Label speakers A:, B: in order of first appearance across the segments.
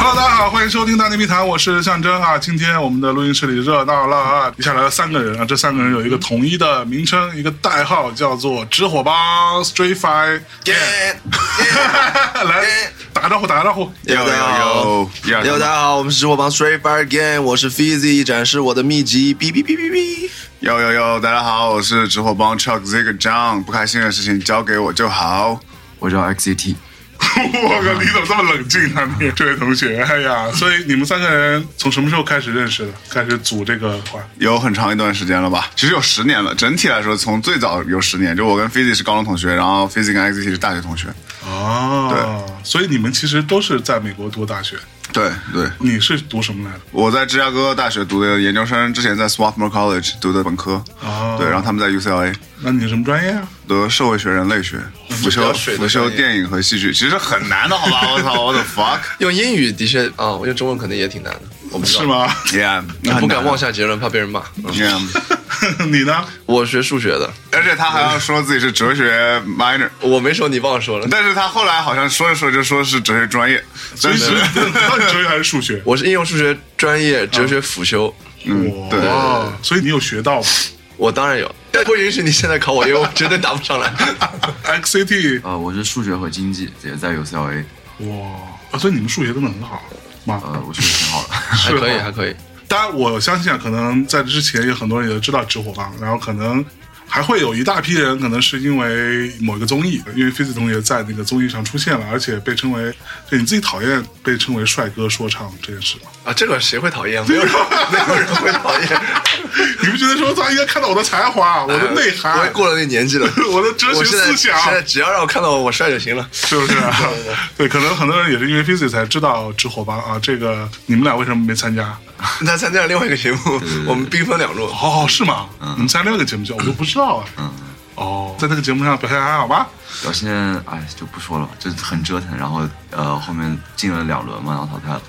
A: Hello，大家好，欢迎收听《大内密谈》，我是象征啊。今天我们的录音室里热闹了啊！接下来了三个人啊，这三个人有一个统一的名称，一个代号，叫做“直火帮 ”（Street Fight）。来打个招呼，打个招呼。
B: 有
C: 大家好，
B: 有
C: 有
B: 有
C: 大家好，我们是直播帮 Straight Bar Game，我是 Fizzy，展示我的秘籍，哔哔哔哔哔。
B: 有有有，大家好，我是直火帮 Chuck Zig John，不开心的事情交给我就好。我叫 XCT，
A: 我靠，你怎么这么冷静啊？你这位同学，哎 呀，所以你们三个人从什么时候开始认识的？开始组这个团？
B: 有很长一段时间了吧？其实有十年了。整体来说，从最早有十年，就我跟 Fizzy 是高中同学，然后 Fizzy 跟 XCT 是大学同学。
A: 哦，对，所以你们其实都是在美国读大学。
B: 对对，
A: 你是读什么来的？
B: 我在芝加哥大学读的研究生，之前在 Swarthmore College 读的本科。
A: 哦
B: 对，然后他们在 UCLA
A: 那你什么专业啊？
B: 读的社会学人类学，辅
C: 比
B: 修
C: 较水的
B: 辅修
C: 专业
B: 电影和戏剧，其实很难的，好吧？我操，我的 fuck。
C: 用英语的确
D: 呃
C: 啊，我用中文可能也挺难的，我不知道
A: 是？吗？
B: Yeah，
C: 我不敢妄
B: 想。
C: 下结论，怕被人骂。嗯
B: Yeah，
A: 你呢？
C: 我学数学的，
B: 而且他还要说自己是哲学 minor，
C: 我没说你忘了说了，
B: 但是他后来好像说着说着就说是哲学专业，
A: 所
B: 但
A: 以是
B: 是
A: 到底哲学还是数学？
C: 我是应用数学专业哲学辅修，
B: 嗯对
A: 哇，所以你有学到吗
C: 我当然有。但不允许你现在考我，因为我绝对答不 上来。
A: ？XCT，
D: 呃，我是数学和经济，也在 UCLA，
A: 哇，啊所以你们数学真的很好吗？
D: 呃，我数学挺好的。
C: 还可以，
A: 是
C: 还可以。
A: 当然，我相信啊，可能在之前有很多人也知道直火帮，然后可能还会有一大批人，可能是因为某一个综艺，因为菲子同学在那个综艺上出现了，而且被称为，对你自己讨厌被称为帅哥说唱这件事吗？
C: 啊，这个谁会讨厌？没有人，没有人会讨 厌。
A: 你不觉得说他应该看到我的才华，我的内
C: 我也
A: 涵，
C: 过了那年纪了，
A: 我的 哲
C: 我
A: 学
C: 现在
A: 思想？
C: 现在只要让我看到我帅就行了。
A: 是不是、啊？对，可能很多人也是因为 f i z y 才知道直火帮啊。这个你们俩为什么没参加？
C: 他参加了另外一个节目，我们兵分两路。
A: 哦，是吗？你们参加那个节目叫，我都不知道啊。哦，在那个节目上表现还好吗？
D: 表现哎就不说了吧，就很折腾。然后呃后面进了两轮嘛，然后淘汰了。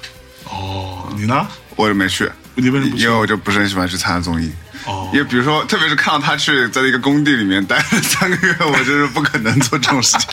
A: 哦，你呢？
B: 我就没去，
A: 你为什么不去
B: 因为？我就不是很喜欢去参加综艺。
A: 哦
B: 因为比如说，特别是看到他去在一个工地里面待了三个月，我就是不可能做这种事 情。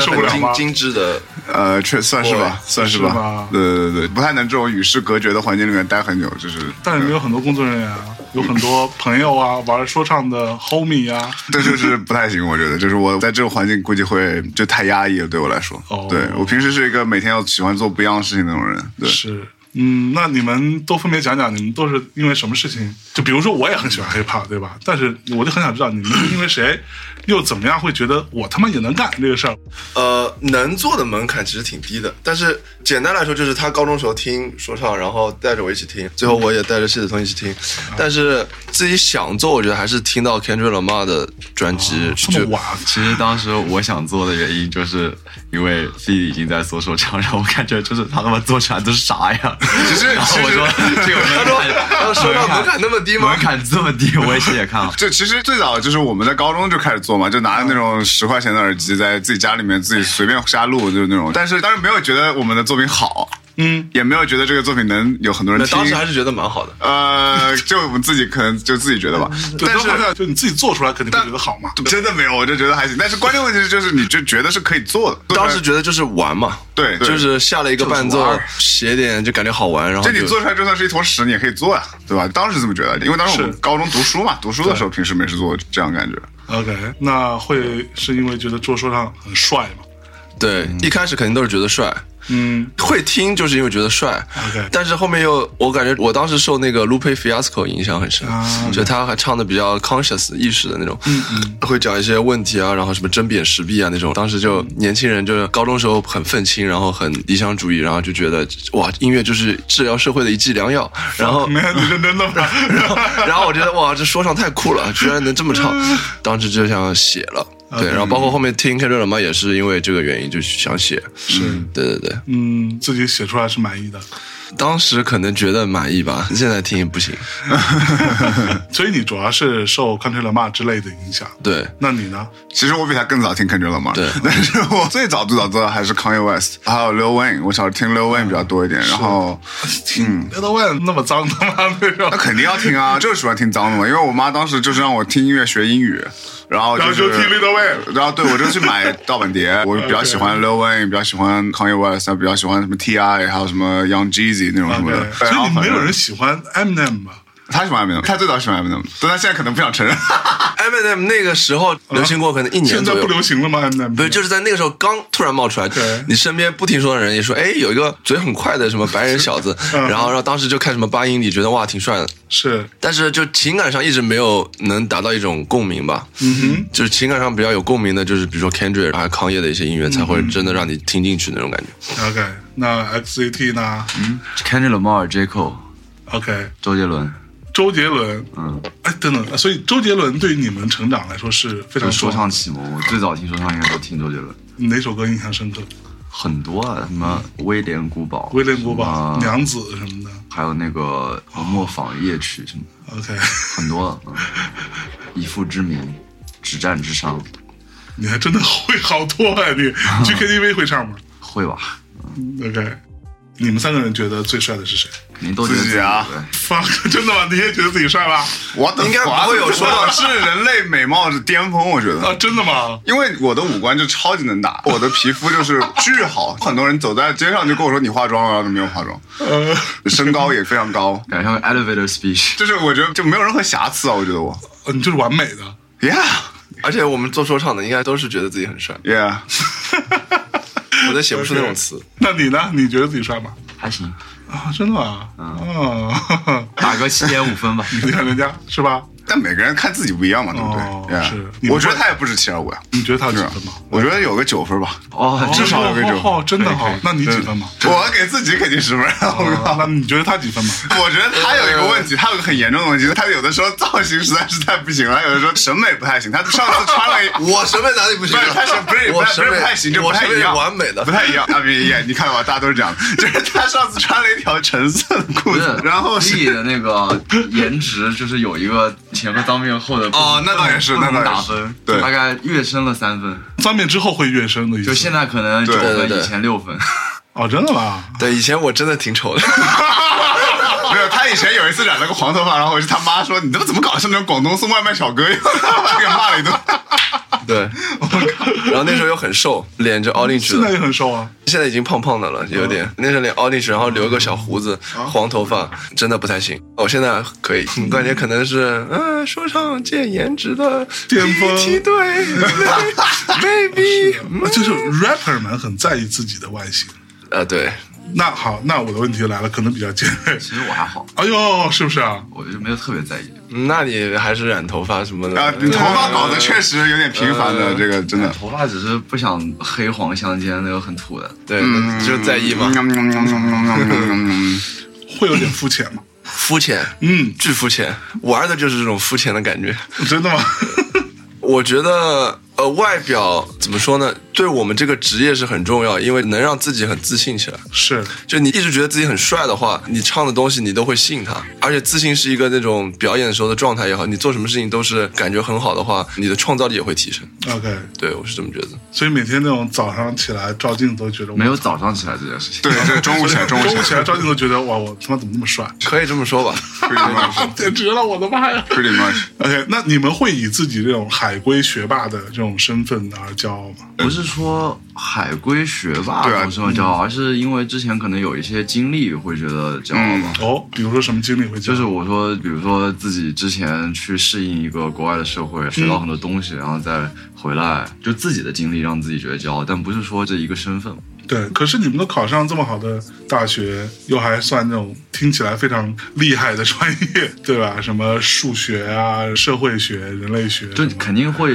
A: 受不了吗
C: 精精致的，
B: 呃，确算是吧，算是
A: 是吧
B: 吧。对对对，不太能这种与世隔绝的环境里面待很久，就是。
A: 但是你有很多工作人员啊，有很多朋友啊，玩说唱的 homie 啊。
B: 这就是不太行，我觉得，就是我在这种环境估计会就太压抑了，对我来说。
A: 哦
B: 对我平时是一个每天要喜欢做不一样的事情的那种人。对，
A: 是，嗯，那你们都分别讲讲，你们都是因为什么事情？就比如说，我也很喜欢 hiphop，对吧？但是我就很想知道，你们是因为谁，又怎么样会觉得我他妈也能干这个事儿？
C: 呃，能做的门槛其实挺低的。但是简单来说，就是他高中时候听说唱，然后带着我一起听，最后我也带着谢子彤一起听。但是自己想做，我觉得还是听到 Kendrick Lamar 的专辑，
A: 哦这
C: 就
A: 么晚，
D: 其实当时我想做的原因，就是因为 C 已经在做手枪，然后我感觉就是他他妈做出来都是啥呀？
C: 只是
D: 然后我说这个
C: 他
D: 门
C: 说
D: 槛
C: 他说到门槛那么低吗
D: 门？槛这么低，我也是也看了。
B: 这其实最早就是我们在高中就开始做嘛，就拿着那种十块钱的耳机，在自己家里面自己随便瞎录，就是那种。但是当时没有觉得我们的作品好，
A: 嗯，
B: 也没有觉得这个作品能有很多人
C: 那
B: 听
C: 当。时还是觉得蛮好的。
B: 呃，就我们自己可能就自己觉得吧，
A: 对，
B: 但
A: 都
B: 是
A: 好像就你自己做出来肯定会觉得好嘛。
B: 真的没有，我就觉得还行。但是关键问题是，就是你就觉得是可以做的。
C: 当时觉得就是玩嘛，
B: 对对
C: 就是下了一个伴
B: 就是
C: 奏
B: 玩，
C: 写点就感觉好玩，然后
B: 这你
C: 就
B: 做出来就算是一坨屎，你也可以做呀、对吧？当时这么觉得，因为当时我们
A: 是
B: 高中读书嘛，读书的时候平时没事做，这样感觉。
A: OK，那会是因为觉得做说唱很呃帅吗？
C: 对，一开始肯定都是觉得帅，
A: 嗯，
C: 会听就是因为觉得帅
A: OK
C: 但是后面又我感觉我当时受那个 Lupe Fiasco 影响很深，
A: 啊嗯
C: 就他还唱的比较 conscious 意识的那种，会讲一些问题啊，然后什么针砭时弊啊那种。当时就年轻人就是高中时候很愤青，然后很理想主义，然后就觉得哇，音乐就是治疗社会的一剂良 药。然后
A: 嗯没有，你认真的吗？
C: 然后我觉得哇，这说唱太酷了，居然能这么唱，当时就想写了。对，然后包括后面听 Kendrick Lamar 嗯也是因为这个原因就想写，是，对对对，
A: 嗯，自己写出来是满意的。
C: 当时可能觉得满意吧， 现在听也不行。
A: 所以你主要是受 Country Lama 之类的影响。
C: 对，
A: 那你呢？
B: 其实我比他更早听 Kendrick Lamar，
C: 对
B: 但是我最早最早做的还是 Kanye West，还有 Lil Wayne，我小时候听 Lil Wayne 比较多一点，然后
C: 嗯
A: 听 Little Wayne 那么脏的吗？ 那种
B: 那，肯定要听啊， 就是喜欢听脏的嘛，因为我妈当时就是让我听音乐学英语，然后
A: 然后
B: 就
A: 就是听 Little Wayne。嗯
B: 然后对我就去买盗版碟，我比较喜 欢 Lil Wayne，比较喜欢 Kanye West，比较喜欢什么 T.I，还有什么 Young Jeezy 那种
C: 嗯
B: 什么的。
C: 哎
A: 对，所
B: 然后
A: 以
C: 啊
B: 反
A: 你
B: 正
A: 没有人喜欢 Eminem 吧？
B: 他喜欢 Eminem，他最早喜欢 Eminem，但他现在可能不想承认。
C: Eminem 那个时候流行过可能一年
A: 嗯现在
C: 左右
A: 不。流行了吗？Eminem
C: 不是，就是在那个时候刚突然冒出来
A: 对，
C: 你身边不听说的人也说，哎，有一个嘴很快的什么白人小 子，
A: 嗯
C: 然后然后当时就看什么八英里，觉得哇挺帅的，
A: 是
C: 但是就情感上一直没有能达到一种共鸣吧。嗯哼，就是情感上比较有共鸣的，就是比如说 Kendrick 还有康业的一些音乐，才
A: 嗯
C: 会真的让你听进去那种感觉。
A: OK，那 XCT 呢
C: 嗯
D: Kendrick Lamar、J Cole、
A: ？OK，
D: 周杰伦，
A: 周杰伦，
D: 嗯，
A: 哎，等等，所以周杰伦对你们成长来说是非
D: 就
A: 常重
D: 说
A: 要
D: 唱
A: 的。
D: 启蒙，我最早听说唱应该都听周杰伦，
A: 你哪首歌印象深刻？
D: 很多啊，什么
B: 嗯
D: 威廉古堡、
A: 威廉古堡、
D: 什么
A: 娘子什么的。
D: 还有那个模仿夜曲什么，
A: OK，
D: 很多， 嗯，以父之名，止战之殇，
A: 你还真的会好多啊！你你 去 KTV 会唱吗
D: 会吧？
A: ？OK，你们三个人觉得最帅的是谁
D: 您都觉得
B: 自己啊
D: 对
A: ？fuck，真的吗？你也觉得自己帅吧？
B: 我
C: 应该不会有说到
B: 是人类美貌的巅峰，我觉得。
A: 啊，真的吗？
B: 因为我的五官就超级能打， 我的皮肤就是巨好，很多人走在街上就跟我说你化妆了，然后都没有化妆，
A: 呃，
B: 身高也非常高，
D: 感觉像个 elevator speech，
B: 就是我觉得就没有任何瑕疵啊，我觉得我
A: 哦你就是完美的。
B: ，yeah
C: 而且我们做说唱的应该都是觉得自己很帅，
B: yeah，
C: 我都写不出那种词。
A: 那你呢？你觉得自己帅吗？
D: 还行，
A: 啊，真的吗？
D: 嗯
A: 啊，
D: 打个七点五分 吧。
A: 你看人家是吧？
B: 但每个人看自己不一样嘛，对不对
A: 哦是你
B: yeah
A: 们
B: 我觉得他也不止七点五呀，
A: 你觉得他有几
B: 是吧
A: 分吗？
B: 我觉得有个九分吧，
A: 哦
D: 哦，啊至少
B: 有个九
A: 哦，哦真的好
D: 可以可以。
A: 那你几分嘛？
B: 我给自己肯定十分，我
A: 啊
B: 靠。
A: 那你觉得他几分嘛？
B: 我觉得他有一个问题，他有个很严重的问题，他有的时候造型实在是太不行了，他有的时候审美不太行。他上次穿了一，
C: 我审美哪里不行啊
B: 不是，他是不是
C: 我
B: 不是
C: 审
B: 不
C: 美
B: 是太行，就不
C: 我
B: 太
C: 审
B: 一
C: 美
B: 样，
C: 完美的
B: 不。太一样。啊，别也，你看到吧，大家都是这样。就是他上次穿了一条橙色的裤
D: 不
B: 子
D: 是，，
B: 然后
D: 丽
B: 是。
D: 丽的那个颜值就是有一个前和当面后的不同
B: 哦那倒也是
D: 不同
B: 那倒也
D: 打
B: 是
D: 分，
B: 对
D: 大概跃升了三分，
A: 三面之后会跃升的意思。
D: 就现在可能九
B: 对
C: 对
D: 分，
C: 对
D: 以前六分，
A: 哦，真的吗？
C: 对，以前我真的挺丑 的。
B: 没有，他以前有一次染了个黄头发，然后我就他妈说：“你他妈怎么搞得像那种广东送外卖小哥一样？”把他给骂了一顿。
C: 对，然后那时候又很瘦，脸就凹进去
A: 现在
C: 了。
A: 也很瘦啊。
C: 现在已经胖胖的了，有点。
B: 嗯
C: 那时候脸凹进去，然后留个小胡子，黄头发，真的不太行。我现在可以，
B: 嗯
C: 我感觉可能是，嗯、说唱界颜值的
A: 巅峰
C: 第一梯队 ，baby，嗯
A: 就是 rapper 们很在意自己的外形。
C: 啊，对，
A: 那好，那我的问题来了，可能比较尖锐。
D: 其实我还好，
A: 哎呦，是不是啊？
D: 我就没有特别在意。
C: 那你还是染头发什么的。
B: 啊，你头发搞得确实有点频繁的，这个真的。
D: 头发只是不想黑黄相间，那个很土的。
C: 对，
B: 嗯
C: 就在意嘛，
D: 嗯
A: 会有点肤浅吗？
C: 肤浅，
A: 嗯，
C: 巨肤浅，玩的就是这种肤浅的感觉。
A: 真的吗？
C: 我觉得，呃，外表怎么说呢？对我们这个职业是很重要，因为能让自己很自信起来。
A: 是，
C: 就你一直觉得自己很帅的话，你唱的东西你都会信他，而且自信是一个那种表演的时候的状态也好，你做什么事情都是感觉很好的话，你的创造力也会提升。
A: OK，
C: 对我是这么觉得。
A: 所以每天那种早上起来照镜子都觉得
D: 没有早上起来这件事情。
B: 对，这中午起来，中午
A: 中
B: 起
A: 午
B: 来
A: 起来照镜子都觉得哇，我他妈怎么那么帅？哎
C: 可以这么说吧，
B: ，pretty much，pretty
A: 简直了，我的妈呀
B: much。
A: ！OK，那你们会以自己这种海归学霸的这种身份而骄傲吗？
D: 不是说海归学霸
B: 对啊
D: 总是会骄傲，而是因为之前可能有一些经历会觉得骄傲
B: 嗯
D: 吧。
A: 哦，比如说什么经历会骄
D: 就
A: 傲？
D: 是我说，比如说自己之前去适应一个国外的社
B: 嗯
D: 会，学到很多东西，然后再回来，就自己的经历让自己觉得骄傲，但不是说这一个身
B: 嗯
D: 份。
A: 对，可是你们都考上这么好的大学，又还算那种听起来非常厉害的专业，对吧？什么数学啊、社会学、人类学，
D: 就
A: 什么
D: 肯定会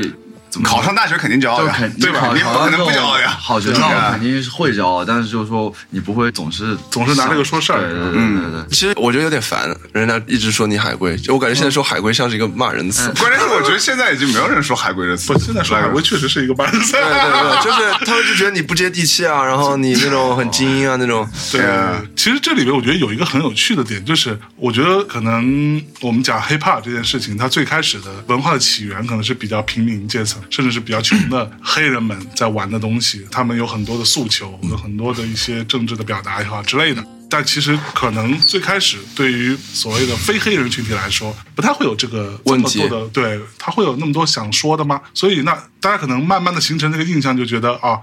D: 怎么说
B: 考上大学肯定骄傲
D: 就
B: 哦呀
D: 肯，
B: 对吧？
D: 考
B: 你
D: 考
B: 不可
D: 上
B: 能
D: 这
B: 不
D: 种
B: 骄傲呀。
D: 好学
B: 对
D: 校
B: 啊
D: 肯定是会骄傲，但是就是说你不会总是
A: 总是拿这个说事儿
D: 对对
B: 嗯
D: 对对对对。
C: 其实我觉得有点烦，人家一直说你海归，就我感觉现在说海归像是一个骂人词。
B: 关键是我觉得现在已经没有人说海归这词
A: 不，，现在说海归确实是一个班子。
C: 对对对，就是他们就觉得你不接地气啊，然后你那种很精英啊那种，
A: 对
B: 啊，
A: 其实这里边我觉得有一个很有趣的点，就是我觉得可能我们讲 hiphop 这件事情，它最开始的文化的起源可能是比较平民阶层，甚至是比较穷的黑人们在玩的东西，他们有很多的诉求，有很多的一些政治的表达也好之类的。但其实可能最开始对于所谓的非黑人群体来说，不太会有这个这
C: 问
A: 么
C: 题
A: 多的呃，对他会有那么多想说的吗？所以那大家可能慢慢的形成这个印象，就觉得啊，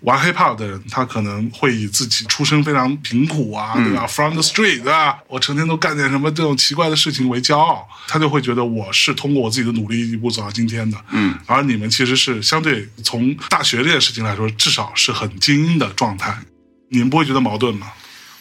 A: 玩 hiphop 的人，他可能会以自己出身非常贫苦啊，对吧、f r o m the street 啊，我成天都干点什么这种奇怪的事情为骄傲，他就会觉得我是通过我自己的努力一步走到今天的。嗯，而你们其实是相对从大学这件事情来说，至少是很精英的状态，你们不会觉得矛盾吗？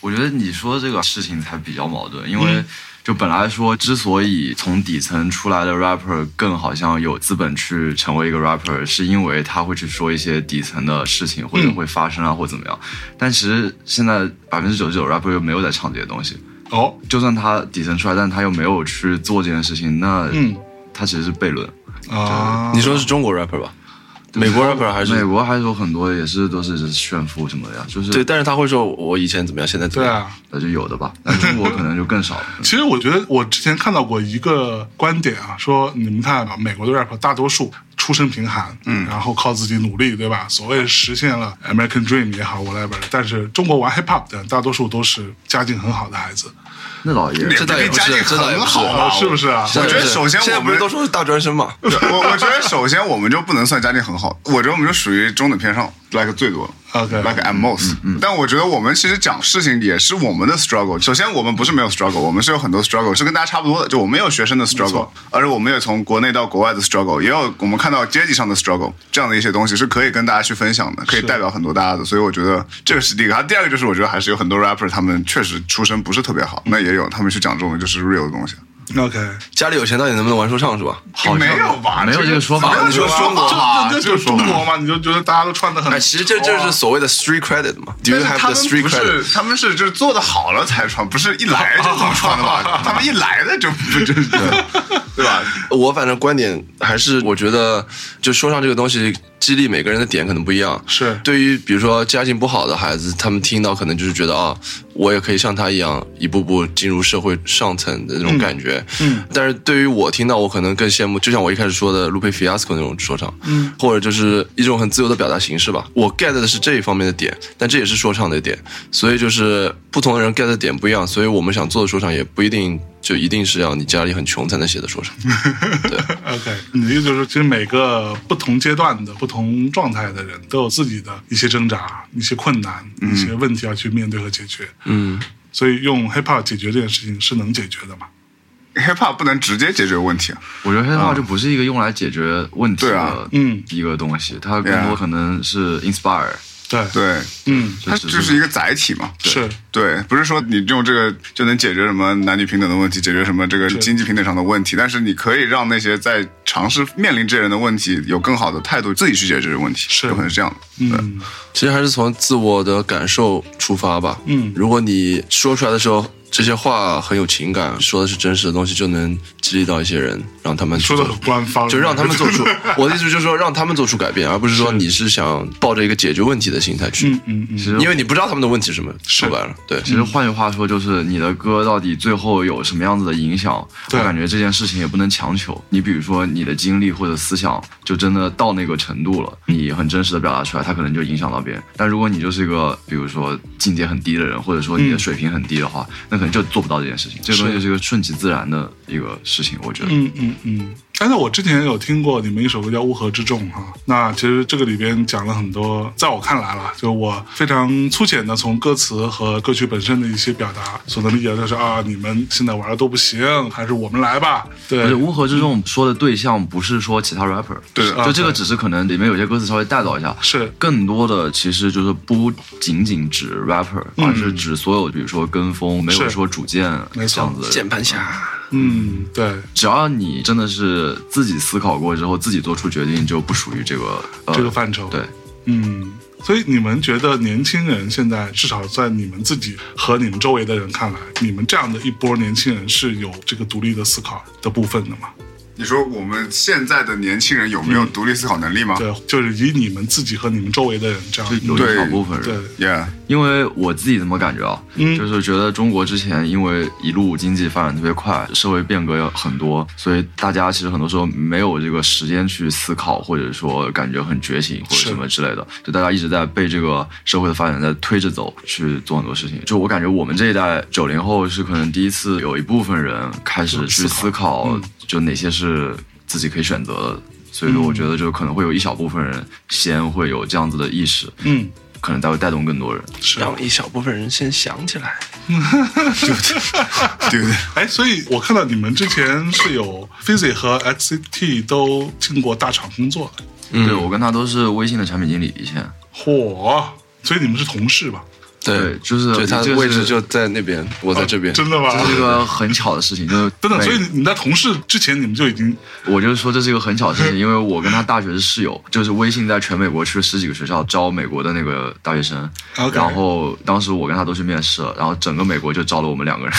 D: 我觉得你说这个事情才比较矛盾，因为
C: 嗯
D: 就本来说，之所以从底层出来的 rapper 更好像有资本去成为一个 rapper，是因为他会去说一些底层的事情，或者
C: 嗯
D: 会发生啊，或者怎么样。但其实现在百分之九十九 rapper 又没有在唱这些东西，
A: 哦，
D: 就算他底层出来，但他又没有去做这件事情，那
A: 嗯
D: 他其实是悖论。
A: 啊，
C: 你说的是中国 rapper 吧？美国 rapper 还
D: 美
C: 是
D: 国还是有很多也是都是炫富什么的呀，就是
C: 对，但是他会说我以前怎么样，现在怎么
A: 对
C: 样。
A: 啊。
D: 那就有的吧。但中国可能就更 少了。
A: 其实我觉得我之前看到过一个观点啊，说你们看啊，美国的 rap 大多数出身贫寒，嗯，然后靠自己努力，对吧？所谓实现了 American Dream 也好，whatever。但是中国玩 hip hop 的大多数都是家境很好的孩子，
D: 那倒也
B: 也
C: 这倒也
B: 比
C: 不是
B: 家境
C: 这倒也
B: 很
C: 不是
B: 好
A: 啊
B: 吧？
A: 是不是啊？
B: 我觉得
C: 是
B: 首先
C: 现在
B: 我
C: 不
B: 们
C: 是都说是大专生嘛？
B: 我我觉得首先我们就不能算家境很好，我觉得我们就属于中等偏上，like 最多
A: OK
B: like at most、但我觉得我们其实讲事情也是我们的 struggle。首先我们不是没有 struggle，我们是有很多 struggle，是跟大家差不多的，就我们也有学生的 struggle，而且我们也从国内到国外的 struggle，也有我们看到阶级上的 struggle，这样的一些东西是可以跟大家去分享的，可以代表很多大家的。所以我觉得这个是第一个。然后第二个就是我觉得还是有很多 rapper 他们确实出身不是特别好，那也有他们去讲这种就是 real 的东西。
A: OK，
C: 家里有钱到底能不能玩说唱是吧？
D: 好像
B: 没有吧？
D: 没有这个说法
B: 没有这个说啊法吧，
A: 这
B: 这
A: 就
B: 个
A: 是
B: 说
A: 中
B: 法
A: 国嘛，你就觉得大家都穿的很，
C: 哎，其实这就是所谓的 street credit 嘛。Do you
B: 但是
C: have
B: 他
C: the
B: 们
C: street
B: 不
C: credit？
B: 是，他们是就是做的好了才穿，不是一来就这么穿的 吧？他们一来的就不就是啊对吧？
C: 我反正观点还是，我觉得就说唱这个东西，激励每个人的点可能不一样。
A: 是
C: 对于比如说家境不好的孩子，他们听到可能就是觉得啊，我也可以像他一样，一步步进入社会上层的那种感觉。
A: 嗯嗯
C: 但是对于我听到，我可能更羡慕，就像我一开始说的 Lupe Fiasco 那种说唱，
A: 嗯，
C: 或者就是一种很自由的表达形式吧。我 get 的是这一方面的点，但这也是说唱的点，所以就是不同的人 get 的点不一样，所以我们想做的说唱也不一定就一定是要你家里很穷才能写的说唱。
A: OK，你的意思就是，其实每个不同阶段的、不同状态的人都有自己的一些挣扎、一些困难、一些问题要去面对和解决。
C: 嗯，
A: 所以用 hiphop 解决这件事情是能解决的嘛？
B: hiphop 不能直接解决问题啊，
D: 我觉得 hiphop 就不是一个用来解决问题
B: 对啊
D: 的
A: 嗯
D: 一个东西，它更
B: Yeah
D: 多可能是 inspire。
A: 对，
B: 对，
A: 嗯，
B: 它就是一个载体嘛。
A: 是
B: 对，不是说你用这个就能解决什么男女平等的问题，解决什么这个经济平等上的问题，但是你可以让那些在尝试面临这些人的问题有更好的态度，自己去解决这个问题，
A: 是
B: 有可能是这样的。
A: 嗯，
C: 其实还是从自我的感受出发吧。
A: 嗯
C: 如果你说出来的时候，这些话很有情感，说的是真实的东西，就能激励到一些人，让他们去
A: 说的
C: 做
A: 很官方，
C: 就让他们做出。我的意思就是说，让他们做出改变，而不是说你是想抱着一个解决问题的心态去，
A: 嗯嗯嗯，
D: 其实
C: 因为你不知道他们的问题是什么。说白了，对。
D: 其实换句话说，就是你的歌到底最后有什么样子的影响，我
A: 对
D: 感觉这件事情也不能强求。你比如说你的经历或者思想，就真的到那个程度了，你很真实的表达出来，它可能就影响到别人。但如果你就是一个比如说境界很低的人，或者说你的水平很低的话，那可能就做不到这件事情。这个东西是一个顺其自然的一个事情，我觉得。
A: 嗯嗯嗯。哎，那我之前有听过你们一首歌叫《乌合之众》哈，那其实这个里边讲了很多，在我看来啦，就我非常粗浅的从歌词和歌曲本身的一些表达所能理解的就是啊，你们现在玩的都不行，还是我们来吧。对
D: 而且，乌合之众说的对象不是说其他 rapper，
B: 对的
D: 就
A: 啊
D: 这个只是可能里面有些歌词稍微带到一下，
A: 是
D: 更多的其实就是不仅仅
A: 嗯
D: 指 rapper，而是指所有，比如说跟风，没有
A: 是
D: 说主见
A: 没错
D: 这样子的人。
C: 盘侠，
A: 嗯，对，
D: 只要你真的是自己思考过之后，自己做出决定，就不属于这个、呃、
A: 这个范畴，
D: 对，
A: 嗯，所以你们觉得年轻人现在至少在你们自己和你们周围的人看来，你们这样的一波年轻人是有这个独立的思考的部分的吗？
B: 你说我们现在的年轻人有没有独立思考能力吗？
A: 对，就是以你们自己和你们周围的人这样嗯
D: 就，啊有一
B: 对
D: 小部分人
A: 对，
B: ，Yeah，
D: 因为我自己怎么感觉啊，
A: 嗯
D: 就是觉得中国之前因为一路经济发展特别快，社会变革也很多，所以大家其实很多时候没有这个时间去思考，或者说感觉很觉醒或者
A: 是
D: 什么之类的，就大家一直在被这个社会的发展在推着走去做很多事情。就我感觉我们这一代九零后是可能第一次有一部分人开始去思考，就哪些是自己可以选择的。所以说，我觉得就可能会有一小部分人先会有这样子的意识，
A: 嗯，
D: 可能才会带动更多人。
A: 是。
C: 让一小部分人先想起来。
B: 对不对？
A: 哎，所以我看到你们之前是有 Fizzy 和 XCT 都进过大厂工作的，
C: 嗯
D: 对我跟他都是微信的产品经理，以前
A: 嚯！所以你们是同事吧？
D: 对就是
C: 就他的
D: 就是
C: 位置就在那边，我在这边。
A: 哦真的吗
D: 这？是一个很巧的事情，就是
A: 等等，
D: 每
A: 所以你们在同事之前，你们就已经
D: 我就说这是一个很巧的事情，因为我跟他大学是室友，就是微信在全美国去了十几个学校招美国的那个大学生
A: OK
D: 然后当时我跟他都去面试了，然后整个美国就招了我们两个人，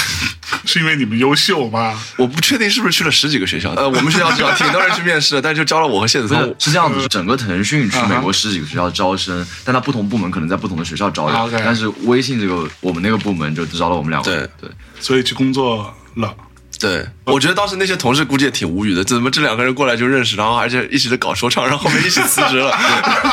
A: 是因为你们优秀吗？
C: 我不确定是不是去了十几个学校，呃，我们学校至少 挺多人去面试的，但是就招了我和谢子
D: 不
C: 聪
D: 是。是这样子，整个腾讯
A: 啊
D: 去美国十几个学校招生，但他不同部门可能在不同的学校招人
A: 啊 OK
D: 但是微信这个我们那个部门就只招了我们两个人，对。
A: 所以去工作了。
C: 对，我觉得当时那些同事估计也挺无语的，怎么这两个人过来就认识，然后而且一起搞说唱，然后后面一起辞职了，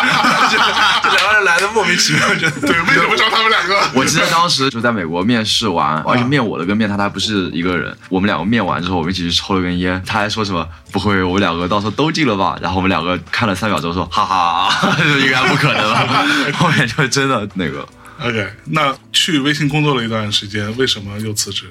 C: 这这两个人来的莫名其妙，觉得
B: 对，为什么找他们两个？
D: 我记得当时就在美国面试完，而且面我的跟面他他还不是一个人。我们两个面完之后，我们一起去抽了根烟，他还说什么不会，我们两个到时候都进了吧？然后我们两个看了三秒钟说哈哈，就应该不可能了。后面就真的那个。
A: OK，那去微信工作了一段时间，为什么又辞职？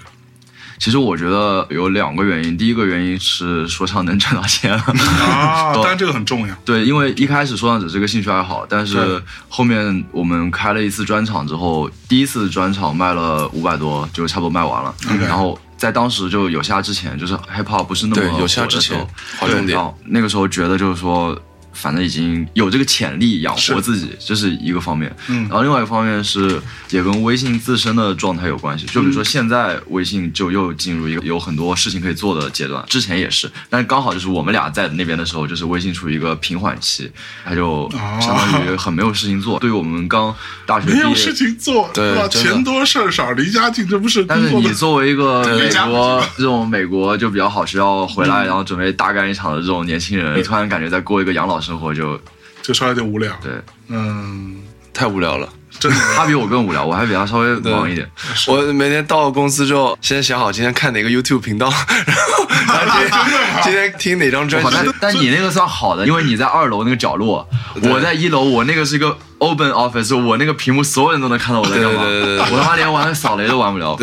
D: 其实我觉得有两个原因，第一个原因是说唱能挣到钱了。
A: 啊，
D: 懂
A: 当然这个很重要。
D: 对，因为一开始说唱只是个兴趣爱好，但
A: 对
D: 是后面我们开了一次专场之后，第一次专场卖了五百多，就差不多卖完了。然后在当时就有虾之前，就是 hip hop 不是那么
C: 对有虾
D: 火的
C: 之
D: 时候
C: 前划重
D: 对
C: 点
D: 然后那个时候觉得就是说。反正已经有这个潜力养
A: 是
D: 活自己，这是一个方面。
A: 嗯
D: 然后另外一个方面是也跟微信自身的状态有
A: 嗯
D: 关系。就比如说现在微信就又进入一个有很多事情可以做的阶段，之前也是，但是刚好就是我们俩在那边的时候，就是微信处于一个平缓期，它就相当于很没有事情做。对于我们刚大学毕
A: 哦没有
D: 业，
A: 事情做，
C: 对
A: 是吧？
C: 真的
A: 钱多事儿少，离家近，这不是
D: 但
A: 工
D: 是
A: 作
D: 你
A: 的
D: 作为一个
C: 对
D: 美
B: 家
D: 国这种美国就比较好学校回来，然后准备大干一场的这种年轻人，你突然感觉在过一个养老生活就，
A: 就稍微有点无聊。
D: 对
A: 嗯，
C: 太无聊了。
A: 真的。
D: 他比我更无聊，我还比他稍微忙一点。
C: 我每天到公司之后，先想好今天看哪个 YouTube 频道， 然后然后今天今天听哪张专
D: 好，但
C: 辑。
D: 但你那个算好的，因为你在二楼那个角落，
C: 对
D: 我在一楼，我那个是一个 open office，我那个屏幕所有人都能看到我在干嘛。
C: 对对对对对
D: 我他妈连玩扫雷都玩不了。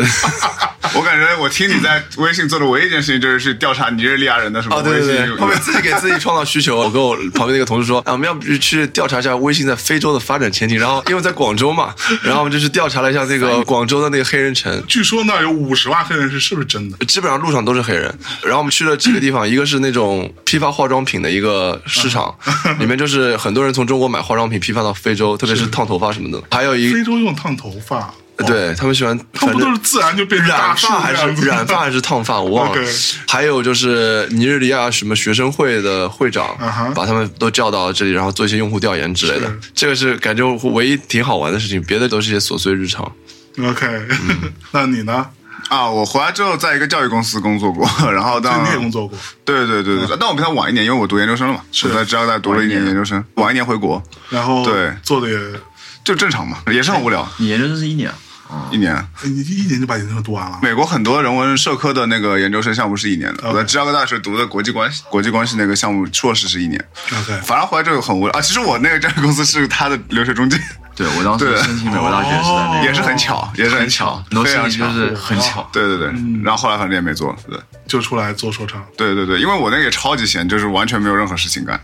B: 我感觉我听你在微信做的唯一一件事情就是去调查尼日利亚人的什么
C: 哦，对
B: 微
C: 对
B: 信
C: 对，后面自己给自己创造需求。我跟我旁边那个同事说，啊，我们要不去调查一下微信在非洲的发展前景。然后因为我在广州嘛，然后我们就去调查了一下这个广州的那个黑人城，
A: 据说那儿有五十万黑人是是不是真的？
C: 基本上路上都是黑人。然后我们去了几个地方，一个是那种批发化妆品的一个市 场，里面就是很多人从中国买化妆品批发到非洲，特别是烫头发什么的。还有一
A: 非洲哎用烫头发，
C: 对他们喜欢，
A: 他
C: 反
A: 不
C: 正
A: 都是自然就变成大
C: 染
A: 树
C: 发还
A: 这样
C: 是
A: 子
C: 染发还是烫发，我忘
A: OK
C: 了。还有就是尼日利亚什么学生会的会长
A: 嗯哼，
C: 把他们都叫到这里，然后做一些用户调研之类的
A: 是。
C: 这个是感觉唯一挺好玩的事情，别的都是一些琐碎日常。
A: OK，、那 你呢？
B: 啊，我回来之后在一个教育公司工作过， 然
A: 所
B: 后
A: 以
B: 当
A: 你也工作过，
B: 对对对对对，但我比他晚一年，因为我读研究生了嘛，
A: 是
B: 我在浙交大读了一年研究生，晚一年回国
A: 然后
B: 对
A: 做的也，哎
B: 就正常嘛，也是很无聊。
D: 你研究生是一年啊，哦
B: 一年，
A: 哎你一年就把研究生读完了。
B: 美国很多人文社科的那个研究生项目是一年的，我在芝加哥大学读的国际关系国际关系那个项目硕士是一年，
A: OK，
B: 反而回来之后很无聊啊。其实我那个教育公司是他的留学中介，
D: 对我当时
B: 对哦
D: 申请美国大学是在那个，
B: 也是很巧，也是很巧，
D: 很多
B: 非
D: 事
B: 常
D: 情就
B: 巧。
D: 是嗯很巧。
B: 对对对，然后后来反正也没做，对
A: 就出来做说唱，
B: 对对对，因为我那个也超级闲，就是完全没有任何事情干。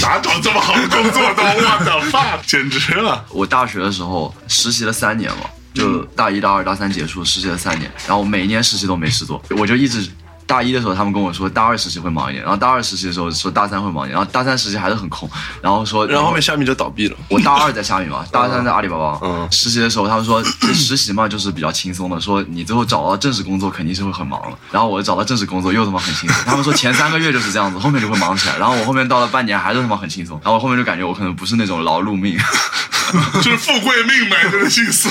A: 哪找这么好的工作的？我的妈，简直了！
D: 我大学的时候实习了三年
C: 嗯
D: 嘛，就大一、大二、大三结束，实习了三年，然后我每一年实习都没事做，我就一直。大一的时候他们跟我说大二实习会忙一点，然后大二实习的时候说大三会忙一点，然后大三实习还是很空，然后说
C: 然后后面虾米就倒闭了。
D: 我大二在虾米嘛，大三在阿里巴巴。
C: 嗯
D: 实习的时候他们说实习嘛就是比较轻松的，说你最后找到正式工作肯定是会很忙了。然后我找到正式工作又他妈很轻松，他们说前三个月就是这样子，后面就会忙起来。然后我后面到了半年还是他妈很轻松，然后我后面就感觉我可能不是那种劳碌命。
A: 就是富贵命呗，这个意思。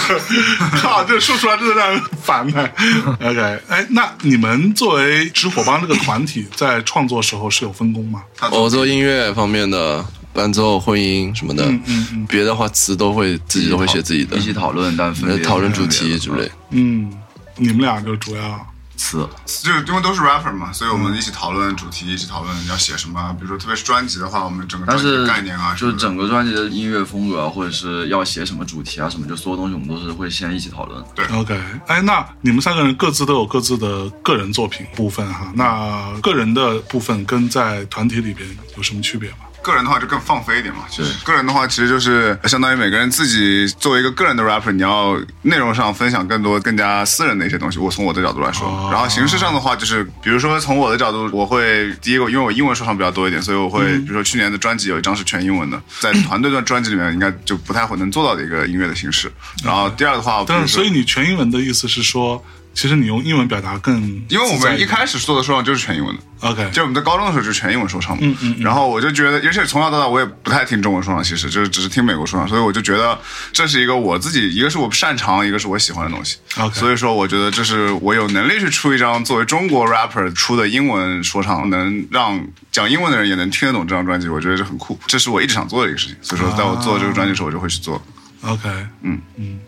A: 靠，这说出来真的让人烦呢。OK，哎，那你们作为直火帮这个团体，在创作时候是有分工吗？
C: 我哦做音乐方面的伴奏、混音什么的，
A: 嗯嗯嗯
C: 别的话词都会自己都会写自己的
D: 一，起讨论，但分别
C: 讨论主题之类。
A: 嗯，你们俩就主要
D: 词。
B: 就是因为都是 rapper 嘛，所以我
D: 嗯
B: 们一起讨论主题，一起讨论要写什么啊。比如说，特别是专辑的话，我们整个
D: 但
B: 专辑的
D: 是
B: 概念啊，
D: 就是
B: 什么
D: 整个专辑的音乐风格啊，或者是要写什么主题啊，什么就所有东西我们都是会先一起讨论。
A: OK。哎，那你们三个人各自都有各自的个人作品部分哈。那个人的部分跟在团体里边有什么区别吗？
B: 的个人的话就更放飞一点嘛。就是个人的话，其实就是相当于每个人自己作为一个个人的 rapper，你要内容上分享更多、更加私人的一些东西。我从我的角度来说，
A: 哦
B: 然后形式上的话，就是比如说从我的角度，我会第一个，因为我英文说唱比较多一点，所以我会
A: 嗯
B: 比如说去年的专辑有一张是全英文的，在团队的专辑里面应该就不太会能做到的一个音乐的形式。然后第二的话，比如
A: 但
B: 说
A: 是，所以你全英文的意思是说，其实你用英文表达更
B: 因为我
A: 自在
B: 们一
A: 点
B: 开始做的说唱就是全英文的。
A: OK，
B: 就我们在高中的时候就全英文说唱嘛，嗯嗯然后我就觉得，而且从小到大我也不太听中文说唱，其实就是只是听美国说唱，所以我就觉得这是一个我自己，一个是我擅长，一个是我喜欢的东西。
A: OK
B: 所以说我觉得这是我有能力去出一张作为中国 rapper 出的英文说唱，能让讲英文的人也能听得懂这张专辑，我觉得这很酷，这是我一直想做的一个事情。所以说，在我做这个专辑的时候，我就会去做。
A: OK，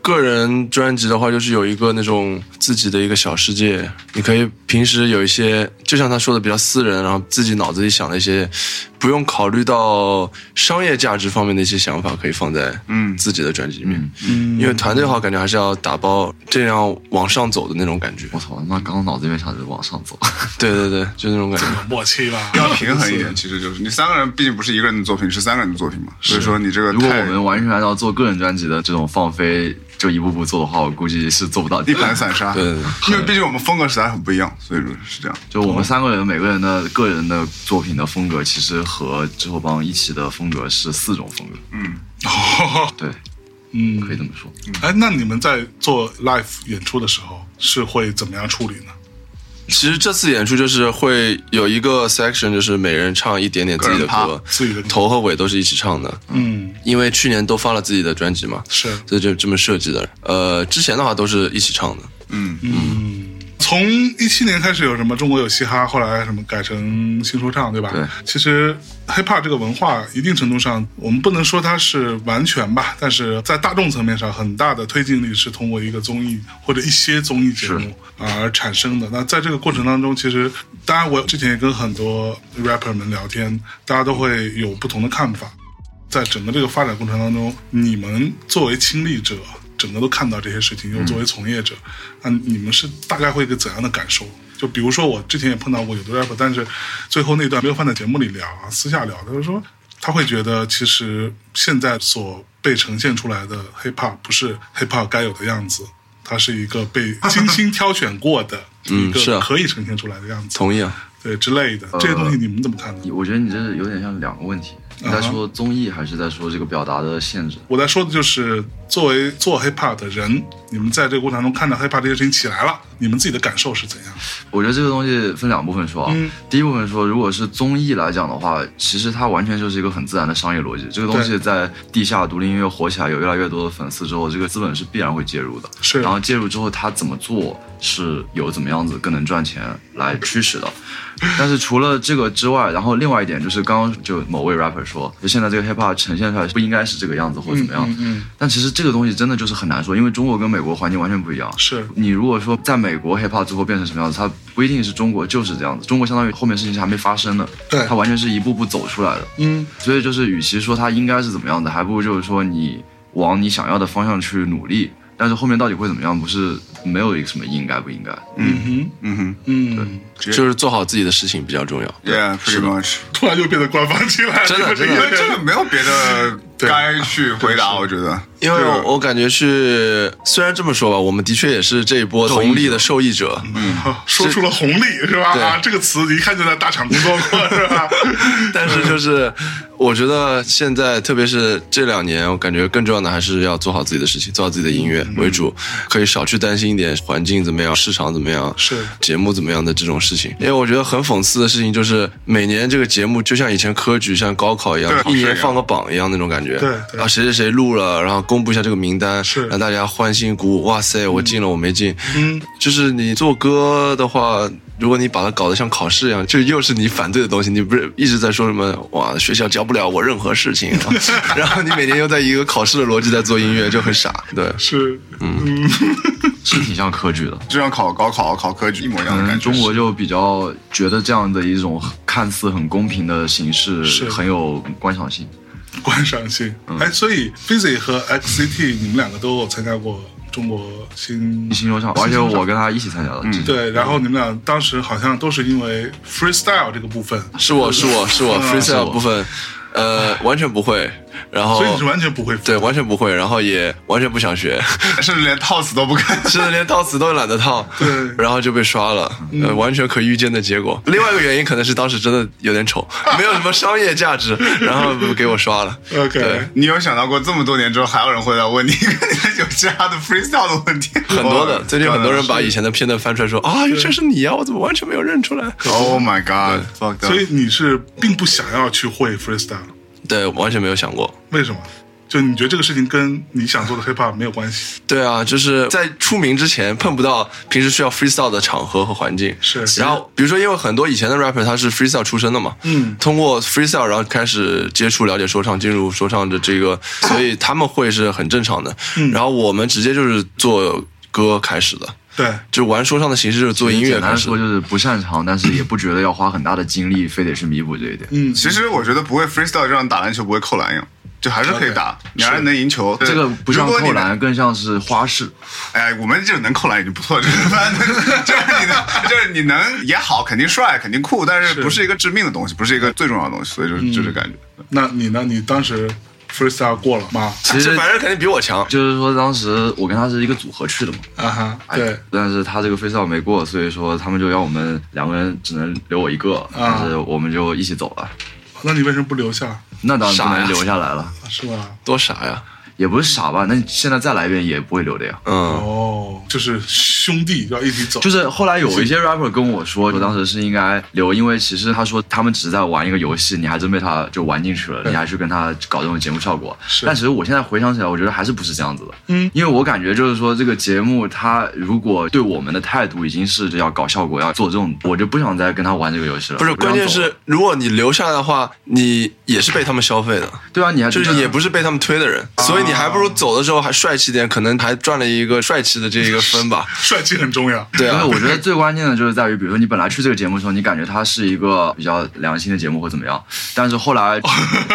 C: 个人专辑的话，就是有一个那种自己的一个小世界，你可以平时有一些，就像他说的比较私人，然后自己脑子里想的一些，不用考虑到商业价值方面的一些想法，可以放在
B: 嗯
C: 自己的专辑里面。嗯，因为团队的话，感觉还是要打包这样往上走的那种感觉。
D: 我操，他妈刚刚脑子里面想着往上走，
C: 对对对，就那种感觉。
A: 默契吧，
B: 要平衡一点，其实就是你三个人毕竟不是一个人的作品，是三个人的作品嘛。所以说你这个
D: 如果
B: 太
D: 我们完全按照做个人专辑的这种放飞，就一步步做的话，我估计是做不 到
B: 一
D: 底。
B: 盘散沙，
C: 对对对
B: 因为毕竟我们风格实在很不一样，所以说是这样。
D: 就我们三个人每个人的个人的作品的风格，其实和之后帮一起的风格是四种风格。对，
A: 嗯，
D: 可以这么说。
A: 哎，那你们在做 live 演出的时候是会怎么样处理呢？
C: 其实这次演出就是会有一个 section，就是每人唱一点点自己的
B: 个人
C: 歌，
A: 自己的歌
C: 头和尾都是一起唱的。
A: 嗯，
C: 因为去年都发了自己的专辑嘛，
A: 是，
C: 所以就这么设计的。呃，之前的话都是一起唱的，
A: 从一七年开始有什么中国有嘻哈，后来什么改成新说唱，对吧？
D: 对。
A: 其实 hiphop 这个文化，一定程度上我们不能说它是完全吧，但是在大众层面上，很大的推进力是通过一个综艺或者一些综艺节目而产生的。那在这个过程当中，其实当然我之前也跟很多 rapper 们聊天，大家都会有不同的看法。在整个这个发展过程当中，你们作为亲历者，整个都看到这些事
C: 嗯
A: 情，又作为从业者，那、你们是大概会一个怎样的感受？就比如说我之前也碰到过有的 rapper，但是最后那段没有放在节目里聊啊，私下聊，他就说他会觉得其实现在所被呈现出来的 hip hop 不是 hip hop 该有的样子，它是一个被精心挑选过的一
C: 嗯是
A: 个
C: 啊
A: 可以呈现出来的样子，
C: 同意啊。
A: 对之类的这些东西你们怎么看呢？
D: 我觉得你这有点像两个问题，
A: 啊
D: 你在说综艺还是在说这个表达的限制？
A: 我在说的就是，作为做 hiphop 的人，你们在这个过程当中看到 hiphop 这件事情起来了，你们自己的感受是怎样？
D: 我觉得这个东西分两部分说啊。
A: 嗯
D: 第一部分说，如果是综艺来讲的话，其实它完全就是一个很自然的商业逻辑。这个东西
A: 对
D: 在地下独立音乐火起来，有越来越多的粉丝之后，这个资本是必然会介入的。
A: 是
D: 然后介入之后，他怎么做是有怎么样子更能赚钱来驱使的。但是除了这个之外，然后另外一点就是，刚刚就某位 rapper 说，就现在这个 hiphop 呈现出来不应该是这个样子或怎么样。
A: 嗯嗯
D: 但其实这个东西真的就是很难说，因为中国跟美国环境完全不一样。
A: 是
D: 你如果说在美国 hiphop 最后变成什么样子，它不一定是中国就是这样子。中国相当于后面事情是还没发生的，
A: 对
D: 它完全是一步步走出来的。
A: 嗯，
D: 所以就是，与其说它应该是怎么样的，还不如就是说你往你想要的方向去努力。但是后面到底会怎么样，不是没有一个什么应该不应该。
A: 嗯
B: 嗯哼
A: 哼，嗯，
C: 就是做好自己的事情比较重要。
B: ，Yeah，pretty much。
A: 突然就变得官方起来了，
C: 真的
A: 这个
C: 真
B: 因
C: 的
B: 为这个没有别的
A: 对
B: 该去回答，我觉得。
C: 因为
B: 对
C: 我我感觉是，虽然这么说吧，我们的确也是这一波红利的受益者。嗯，
A: 说出了红利是吧？
C: 对
A: 啊，这个词你一看就在大厂工作 过是吧？
C: 但是就是，我觉得现在特别是这两年，我感觉更重要的还是要做好自己的事情，做好自己的音乐
A: 嗯
C: 为主，可以少去担心一点环境怎么样、市场怎么样、
A: 是
C: 节目怎么样的这种事情。因为我觉得很讽刺的事情就是，每年这个节目就像以前科举、像高考一样
B: 对，
C: 一
B: 是一样
C: 年放个榜一样那种感觉。
A: 对对
C: 啊，谁谁谁录了，然后公布一下这个名单，
A: 是
C: 让大家欢欣鼓舞。哇塞，我进了，我没进。
A: 嗯，
C: 就是你做歌的话，如果你把它搞得像考试一样，就又是你反对的东西，你不是一直在说什么哇，学校教不了我任何事情， 然后然后你每天又在一个考试的逻辑在做音乐，就很傻。对，
A: 是，
C: 嗯
A: 嗯
D: 是挺像科举的。
B: 就像考高考、考科举一模一样
D: 可
B: 的
D: 能
B: 感
C: 嗯
B: 觉。
D: 中国就比较觉得这样的一种看似很公平的形式
A: 是
D: 很有观赏性。
A: 观赏性。
C: 嗯
A: 哎，所以 Fizzy 和 XCT 你们两个都有参加过中国新
C: 嗯
D: 新说唱，而且我跟他一起参加的，这
A: 对，然后你们俩当时好像都是因为 freestyle 这个部分，
C: 是我是我是我 freestyle 部分，呃，完全不会。然后
A: 所以你是完全不会
C: 对，完全不会，然后也完全不想学。
B: 甚至连套词都不敢。
C: 甚至连套词都懒得套，
A: 对
C: 然后就被刷了，呃，完全可预见的结果。另外一个原因可能是当时真的有点丑，没有什么商业价值，然后给我刷了。
A: OK，
B: 你有想到过这么多年之后还有人会来问你 有其他的 freestyle 的问题？哦
C: 很多的，最近很多人把
B: 可能
C: 以前的片段翻出来说啊，这是你呀，我怎么完全没有认出来？
B: 是 Oh my God，fuck that
A: 所以你是并不想要去会 freestyle，
C: 对，完全没有想过。
A: 为什么？就你觉得这个事情跟你想做的 hip hop 没有关系？
C: 对啊，就是在出名之前碰不到平时需要 freestyle 的场合和环境。
A: 是
C: 然后比如说，因为很多以前的 rapper 他是 freestyle 出身的嘛，
A: 嗯
C: 通过 freestyle 然后开始接触了解说唱，进入说唱的这 个，所以他们会是很正常的。然后我们直接就是做歌开始的，
A: 对，
C: 就玩说唱的形式就是做音乐
D: 简单
C: 开
D: 地
C: 始
D: 说
C: 的。
D: 就是不擅长，但是也不觉得要花很大的精力，非得去弥补这一点。
A: 嗯，
B: 其实我觉得不会 freestyle 就像打篮球不会扣篮一样，就还是可以打，你还是能赢球。
D: 这个不像
B: 如果你
D: 扣篮，更像是花式。
B: 哎，我们就是能扣篮已经不错， 就是就是你能，就是你能也好，肯定帅，肯定酷，但是不是一个致命的东西，不是一个最重要的东西，所以就是就是感觉。
A: 那你呢？你当时 freestyle 过了吗？
D: 其实
C: 这反正肯定比我强。
D: 就是说，当时我跟他是一个组合去的嘛，
A: 啊哈，对，
D: 哎但是他这个 freestyle 没过，所以说他们就让我们两个人只能留我一个，
C: 啊
D: 但是我们就一起走了。
A: 那你为什么不留下？
D: 那当然不
C: 傻呀
D: 能留下来了，
A: 是吧？
C: 多傻呀！
D: 也不是傻吧？那你现在再来一遍也不会留的呀。
C: 嗯，
A: 哦，就是兄弟要一起走，
D: 就是后来有一些 rapper 跟我说，
C: 嗯
D: 我当时是应该留，因为其实他说他们只是在玩一个游戏，你还真被他就玩进去了，你还去跟他搞这种节目效果。
A: 是
D: 但其实我现在回想起来，我觉得还是不是这样子的。
A: 嗯，。
D: 因为我感觉就是说，这个节目他如果对我们的态度已经是要搞效果，要做这种，我就不想再跟他玩这个游戏了。
C: 不是，
D: 我就
C: 关
D: 想
C: 键
D: 走了
C: 是如果你留下来的话，你也是被他们消费的。
D: 对啊，你还
C: 就
D: 真
C: 是
D: 的
C: 也不是被他们推的人，所以你还不如走的时候还帅气点，可能还赚了一个帅气的这一个分吧
A: 帅气很重要。
C: 对啊
D: 因为，我觉得最关键的就是在于，比如说你本来去这个节目的时候，你感觉它是一个比较良心的节目或怎么样，但是后来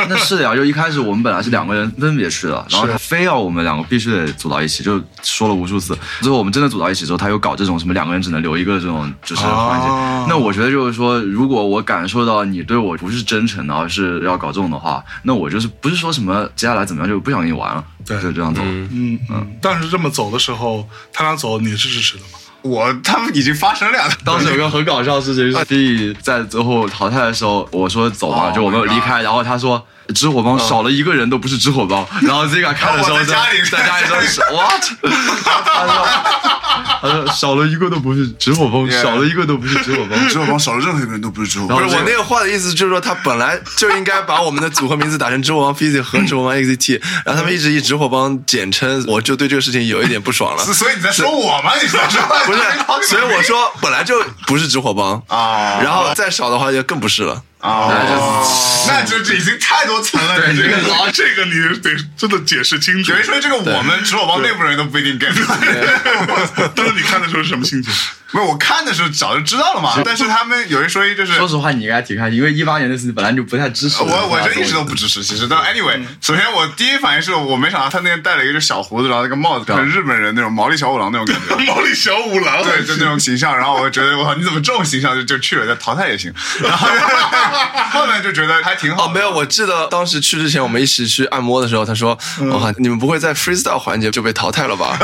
D: 那是的呀，就一开始我们本来是两个人分别去的，然后他非要我们两个必须得组到一起，就说了无数次。最后我们真的组到一起之后，他又搞这种什么两个人只能留一个这种就是环节。
A: 哦
D: 那我觉得就是说，如果我感受到你对我不是真诚的，而是要搞这种的话，那我就是不是说什么接下来怎么样就不想跟你玩了，
A: 对
D: 就这样走了。
A: 嗯嗯，当时这么走的时候，他俩走你是支持的吗？
B: 我他们已经发生 了，
D: 当时有个很搞笑的事
C: 啊
D: 情，是 D 在最后淘汰的时候，我说走吧，
C: 哦
B: Oh
D: 就我们
B: my god
D: 离开，然后他说。纸火帮少了一个人都不是纸火帮，
C: 哦
D: 然后 Zika 看的时
B: 然后
D: 候
B: 我在家里
D: 在家里说是 what，他说他说少了一个都不是纸火帮，
B: Yeah
D: 少了一个都不是纸火 帮，
B: 支付宝少了任何一个人都不是支付
C: 不
B: 宝
C: 是。我那个话的意思，就是说他本来就应该把我们的组合名字打成知火帮 Fizzy 和知火帮 XT，然后他们一直以知火帮简称，我就对这个事情有一点不爽了。
B: 所以你在说我吗？你在说
C: 不是，所以我说本来就不是知火帮，
B: 啊，
C: 然后再少的话就更不是了。
B: 啊，那就这已经太多层了。你这个老
A: 这个你得真的解释清楚
B: 有。人说这个我们支付宝内部人都不一定 get 到。
A: 当时你看的时候是什么心情？
B: 不是我看的时候早就知道了嘛，但是他们有一说一，就是
D: 说实话你应该挺开心，因为一八年的事情本来你就不太支
B: 呃
D: 持
B: 我我就一直都不支持，其实。但
A: 嗯
B: anyway，首先我第一反应是我没想到他那天戴了一个小胡子，然后那个帽子，很日本人那种毛利小五郎那种感 觉。
A: 毛利小五郎，
B: 对，就那种形象，然后我觉得我靠，你怎么这种形象就就去了，再淘汰也行。然后 后来就觉得还挺好
C: 哦，
B: 的。
C: 没有，我记得当时去之前，我们一起去按摩的时候，他说：“
D: 嗯
C: 我靠，你们不会在 freestyle 环节就被淘汰了 吧？”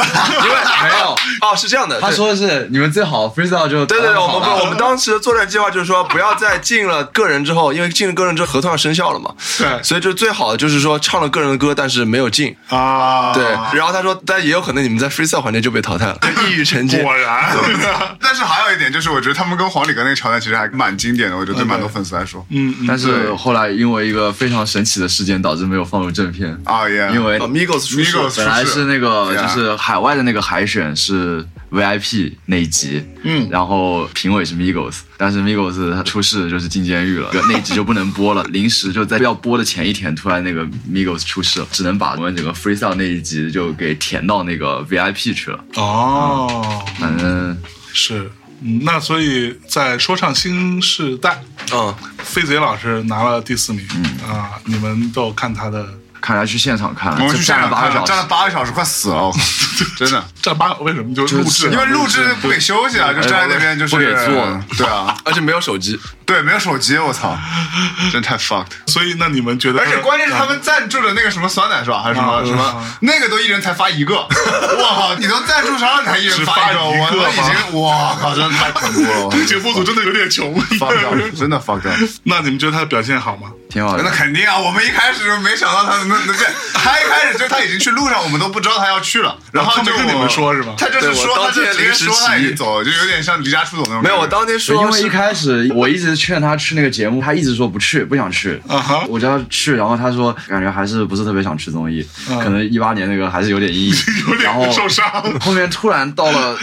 C: 因为
D: 没有
C: 哦，是这样的，
D: 他
C: 对
D: 说的是你们最好 freestyle 就
C: 对对对，
D: 当然
C: 我
D: 好
C: 们
D: 了
C: 我们当时的作战计划就是说，不要在进了个人之后，因为进了个人之后合同要生效了嘛，
A: 对
C: 所以就最好的就是说唱了个人的歌，但是没有进，
A: 啊，
C: 对。然后他说，但也有可能你们在 freestyle 环节就被淘 汰了，就一语成谶。
A: 果然，
B: 但是还有一点就是，我觉得他们跟黄礼格那个桥段其实还蛮经典的，我觉得对蛮多粉丝来说，
A: 嗯，嗯
D: 但是后来因为一个非常神奇的事件，导致没有放入正片。
B: 啊耶，
D: 因为
C: 哦 Migos 出事
B: Migos
D: 本来是那个
B: 对啊
D: 就是海外的那个海选是 VIP 那一集，
A: 嗯
D: 然后评委是 Migos，但是 Migos 他出事就是进监狱了，那一集就不能播了。临时就在要播的前一天，突然那个 Migos 出事了，只能把我们整个 freestyle 那一集就给填到那个 VIP 去了。
A: 哦，
D: 反正
A: 是，嗯，那所以在说唱新时代，
C: 嗯，
A: 飞贼老师拿了第四名、
D: 嗯
A: 啊，你们都有看他的
D: 看来去现场看了，
B: 我们
D: 这
B: 去现
D: 站了
B: 场
D: 八
B: 看了，
D: 个小时
B: 站了，八个小时，快死 了，我靠真的。
A: 战八，为什么就
D: 就是
A: 录制
D: 啊
B: 因为录制不给休息啊，就站在那边就是
D: 哎不给坐
B: 对啊，
C: 而且没有手机，
B: 对，没有手机，我操，真太 fucked。
A: 所以那你们觉得？
B: 而且关键是他们赞助的那个什么酸奶是吧，还是什么
A: 啊
B: 什么，那个都一人才发一个， 我靠，你都赞助商了才一人发一
A: 只发
B: 个，
A: 一
B: 我
A: 个
B: 我已
A: 吗
B: 经，我靠，真的太恐怖了，
A: 这个节目组真的有点穷。
B: fucked up，真的 fucked up。
A: 那你们觉得他的表现好吗？
D: 挺好的
B: 那。肯定啊！我们一开始就没想到他能能这，他一开始就他已经去路上，我们都不知道他要去了，然后
A: 他
B: 就
A: 没跟
B: 我
A: 你们说是吧
B: 他就是
C: 对我
B: 说，他
C: 当
B: 就
C: 天
B: 直接
C: 临时
B: 说他已
C: 起
B: 经
C: 意
B: 走了，就有点像离家出走那种感觉。
C: 没有，我当天
D: 对
C: 说
D: 因为
C: 是
D: 一开始我一直劝他去那个节目，他一直说不去，不想去。
A: 啊哈，
D: 我叫他去，然后他说感觉还是不是特别想去综艺，可能一八年那个还是有点阴影
A: 有
D: 然后
A: 点受伤。
D: 后面突然到了